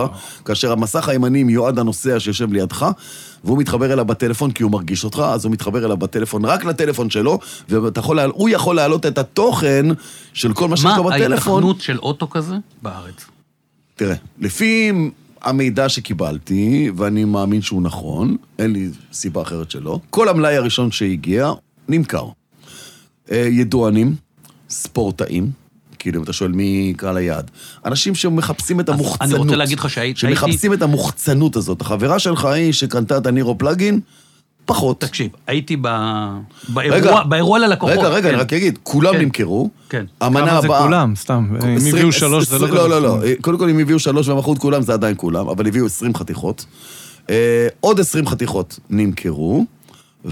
S1: כאשר המסך הימני מיועד לנוסע שיושב לידך, והוא מתחבר אליו בטלפון כי הוא מרגיש אותך, אז הוא מתחבר אליו בטלפון, רק לטלפון שלו, והוא יכול להעלות את התוכן של כל מה שיש לו
S4: מה
S1: בטלפון.
S4: ההיתכנות של אוטו כזה בארץ?
S1: תראה, לפי המידע שקיבלתי, ואני מאמין שהוא נכון, אין לי סיבה אחרת שלא, כל המלאי הראשון שהגיע נמכר. אה, ידוענים, ספורטאים, כאילו, אם אתה שואל מי קהל היעד, אנשים שמחפשים את המוחצנות.
S4: אני רוצה להגיד לך שהי-
S1: שמחפשים את המוחצנות הזאת. החברה שלך היא שקנתה את הנירו פלאגין, פחות.
S4: תקשיב, הייתי ב- באירוע- באירוע ללקוחות.
S1: רגע, רגע,
S4: כן.
S1: אני רק אגיד, כולם
S4: כן.
S1: נמכרו.
S4: כן.
S1: המנה
S3: כמה זה
S1: הבאה-
S3: כולם, סתם. אם
S1: עשרים-
S3: הביאו שלוש, זה לא
S1: עשרים-
S3: כזה.
S1: לא, לא, לא. קודם כל, אם הביאו שלוש והם מכרו את כולם, זה עדיין כולם, אבל הביאו 20 חתיכות. אה, עוד 20 חתיכות נמכרו,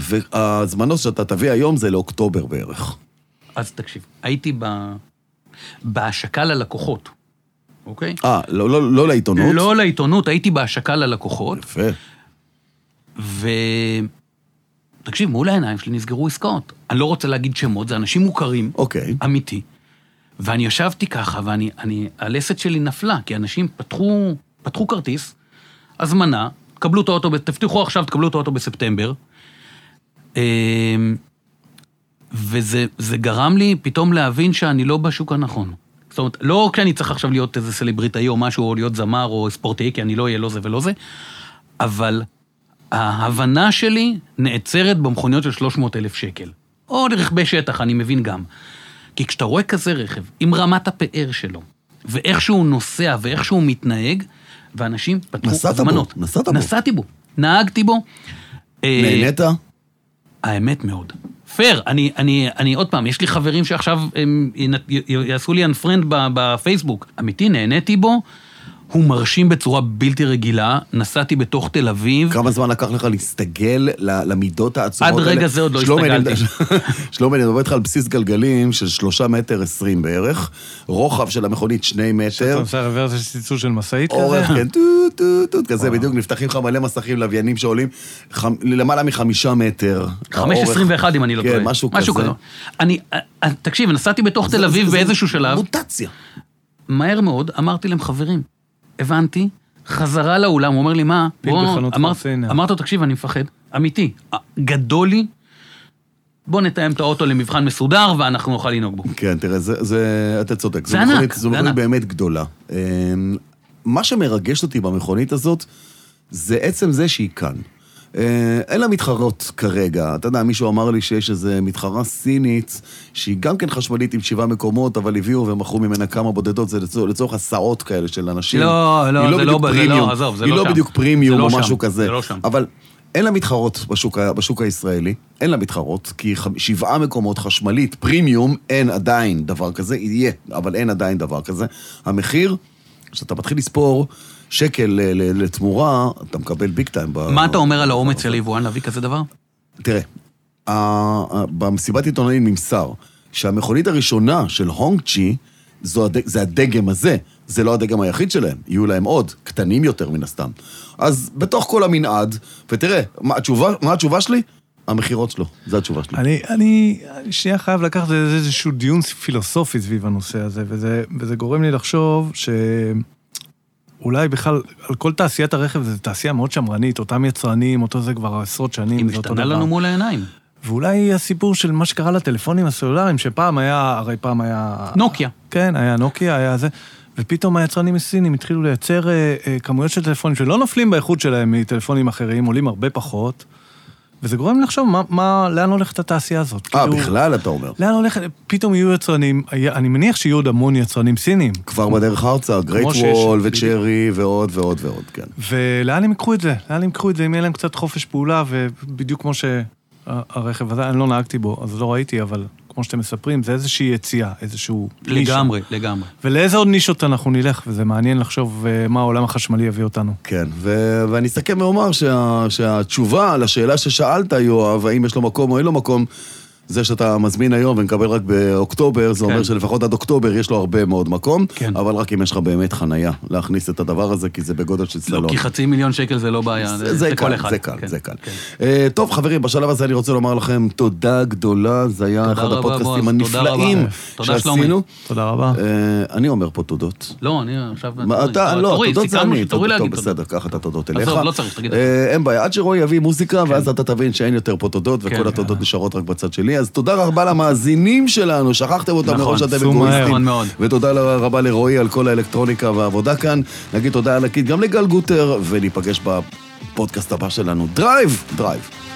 S1: והזמנות שאתה תביא היום זה לאוקטובר בערך.
S4: אז תקשיב, הייתי ב- בהשקה ללקוחות, אוקיי?
S1: אה, לא- לא לא לעיתונות?
S4: לא לעיתונות, הייתי בהשקה ללקוחות,
S1: יפה.
S4: ו... תקשיב, מול העיניים שלי נסגרו עסקאות. אני לא רוצה להגיד שמות, זה אנשים מוכרים,
S1: אוקיי.
S4: אמיתי. ואני ישבתי ככה, ואני... אני, הלסת שלי נפלה, כי אנשים פתחו, פתחו כרטיס, הזמנה, קבלו את האוטו, ב- תפתחו עכשיו, תקבלו את האוטו בספטמבר. אמ, וזה זה גרם לי פתאום להבין שאני לא בשוק הנכון. זאת אומרת, לא כשאני צריך עכשיו להיות איזה סלבריטאי או משהו, או להיות זמר או ספורטאי, כי אני לא אהיה לא זה ולא זה, אבל ההבנה שלי נעצרת במכוניות של 300 אלף שקל. או לרכבי שטח, אני מבין גם. כי כשאתה רואה כזה רכב, עם רמת הפאר שלו, ואיך שהוא נוסע ואיך שהוא מתנהג, ואנשים פתחו
S1: נסעת בו,
S4: הזמנות.
S1: נסעת בו.
S4: נסעתי בו, נהגתי בו. אה,
S1: נהנית?
S4: האמת מאוד. פייר, אני, אני, אני עוד פעם, יש לי חברים שעכשיו הם ינ- י- י- יעשו לי unfriend ב- בפייסבוק. אמיתי, נהניתי בו. הוא מרשים בצורה בלתי רגילה, נסעתי בתוך תל אביב,
S1: כמה זמן לקח לך להסתגל ל- למידות העצומות
S4: עד
S1: האלה?
S4: רגע זה עוד לא
S1: שלומי, אני-
S4: הסתגלתי.
S1: שלומי, אני מדבר איתך על בסיס גלגלים של שלושה מטר עשרים בערך, רוחב של המכונית שני
S3: אתה
S1: מטר,
S3: עושה רוורס של צלצול של משאית
S1: אורך,
S3: כזה?
S1: כן, טוט, טוט, טוט, כזה בדיוק, נפתחים לך מלא מסכים לוויינים שעולים חמ- למעלה מחמישה מטר. האורך.
S4: 5.21 אם אני לא טועה.
S1: כן, משהו כזה.
S4: אני, אה, אה, תקשיב, נסעתי בתוך
S1: זה-
S4: תל אביב
S1: זה- זה
S4: באיזשהו שלב,
S1: מוטציה.
S4: מהר מאוד אמרתי להם, חברים, הבנתי, חזרה לאולם, הוא אומר לי, מה?
S3: פיל
S4: בוא,
S3: בחנות
S4: אמר-
S3: חרסינה.
S4: אמרת לו, תקשיב, אני מפחד, אמיתי, אה, גדול לי, בוא נתאם את האוטו למבחן מסודר ואנחנו נוכל לנהוג בו.
S1: כן, תראה, זה, זה, אתה צודק.
S4: זה
S1: זו
S4: ענק,
S1: מכונית, זו
S4: זה
S1: מכונית
S4: ענק.
S1: באמת גדולה. אמ, מה שמרגש אותי במכונית הזאת, זה עצם זה שהיא כאן. אה, אין לה מתחרות כרגע. אתה יודע, מישהו אמר לי שיש איזו מתחרה סינית, שהיא גם כן חשמלית עם שבעה מקומות, אבל הביאו ומכרו ממנה כמה בודדות, זה לצורך, לצורך הסעות כאלה של אנשים.
S4: לא, לא,
S1: היא
S4: זה
S1: בדיוק
S4: לא- זה לא-
S1: פרימיום.
S4: עזוב, זה
S1: היא
S4: לא
S1: לא
S4: שם.
S1: בדיוק
S4: זה
S1: פרימיום
S4: לא
S1: או
S4: שם,
S1: משהו כזה.
S4: זה לא שם.
S1: אבל אין לה מתחרות בשוק, ה- בשוק הישראלי, אין לה מתחרות, כי ח- שבעה מקומות חשמלית, פרימיום, אין עדיין דבר כזה, יהיה, אבל אין עדיין דבר כזה. המחיר, כשאתה מתחיל לספור שקל ל- ל- לתמורה, אתה מקבל ביג טיים. ב-
S4: מה אתה אומר על האומץ של היבואן להביא כזה דבר?
S1: תראה, ה- ה- במסיבת עיתונאים נמסר שהמכונית הראשונה של הונג צ'י, זו הד... זה הדגם הזה, זה לא הדגם היחיד שלהם, יהיו להם עוד, קטנים יותר מן הסתם. אז בתוך כל המנעד, ותראה, מה התשובה, מה התשובה שלי? המכירות שלו, זו התשובה שלי.
S3: אני, אני שנייה חייב לקחת איזה- איזשהו דיון פילוסופי סביב הנושא הזה, וזה, וזה גורם לי לחשוב שאולי בכלל, על כל תעשיית הרכב זו תעשייה מאוד שמרנית, אותם יצרנים, אותו זה כבר עשרות שנים,
S4: אם
S3: זה אותו
S4: השתנה
S3: דבר.
S4: לנו מול העיניים.
S3: ואולי הסיפור של מה שקרה לטלפונים הסלולריים, שפעם היה, הרי פעם היה...
S4: נוקיה.
S3: כן, היה נוקיה, היה זה, ופתאום היצרנים הסינים התחילו לייצר אה, אה, כמויות של טלפונים שלא נופלים באיכות שלהם מטלפונים אחרים, עולים הרבה פחות, וזה גורם לי לחשוב מה, מה, לאן הולכת התעשייה הזאת.
S1: אה,
S3: כאילו,
S1: בכלל, אתה אומר.
S3: לאן הולכת, פתאום יהיו יצרנים, היה- אני מניח שיהיו עוד המון יצרנים סינים,
S1: כבר בדרך ארצה, גרייט
S3: שיש-
S1: וול
S3: בדיוק.
S1: וצ'רי ועוד ועוד ועוד, כן.
S3: ולאן הם ייקחו את זה? לאן הם ייקחו את זה אם יהיה להם קצת חופש פעולה, ובדיוק כמו שהרכב הזה, אני לא נהגתי בו, אז לא ראיתי, אבל כמו שאתם מספרים, זה איזושהי יציאה, איזשהו... נישה.
S4: לגמרי, לגמרי.
S3: ולאיזה עוד נישות אנחנו נלך, וזה מעניין לחשוב אה, מה העולם החשמלי יביא אותנו.
S1: כן, ו- ואני אסכם ואומר שה- שהתשובה לשאלה ששאלת, יואב, האם יש לו מקום או אין לו מקום, זה שאתה מזמין היום ומקבל רק באוקטובר, זה אומר
S4: כן.
S1: שלפחות עד אוקטובר יש לו הרבה מאוד מקום,
S4: כן.
S1: אבל רק אם יש לך באמת חנייה להכניס את הדבר הזה, כי זה בגודל של
S4: לא,
S1: סלון.
S4: כי חצי מיליון שקל זה לא בעיה,
S1: זה, זה,
S4: כל
S1: קל,
S4: אחד.
S1: זה קל,
S4: כן,
S1: זה קל.
S4: כן.
S1: אה, טוב, חברים, בשלב הזה אני רוצה לומר לכם תודה גדולה, זה היה
S4: תודה
S1: אחד
S4: רבה,
S1: הפודקאסטים
S4: בועז, תודה
S1: הנפלאים
S4: רבה. תודה, שלומי.
S1: שעשינו.
S3: תודה רבה.
S1: אה, אני אומר פה תודות.
S4: לא, אני עכשיו...
S1: מה, אתה,
S4: תוריד,
S1: לא,
S4: תוריד,
S1: התודות זה
S4: סיכמנו
S1: אני,
S4: שתוריד
S1: טוב, טוב,
S4: להגיד תודה.
S1: בסדר, קח את התודות אליך.
S4: עזוב, לא צריך, תגיד.
S1: אה, אין בעיה, עד שרועי יביא מוזיקה, ואז אתה תבין שאין יותר פה תודות,
S4: כן.
S1: וכל התודות נשארות רק בצד שלי. אז תודה רבה למאזינים שלנו, שכחתם אותם
S4: נכון,
S1: מראש שאתם
S4: עשו מהר, נכון
S1: אגואיסטים.
S4: מאוד.
S1: ותודה רבה לרועי על כל האלקטרוניקה והעבודה כאן. נגיד תודה ענקית גם לגל גוטר, וניפגש בפודקאסט הבא שלנו, דרייב, דרייב.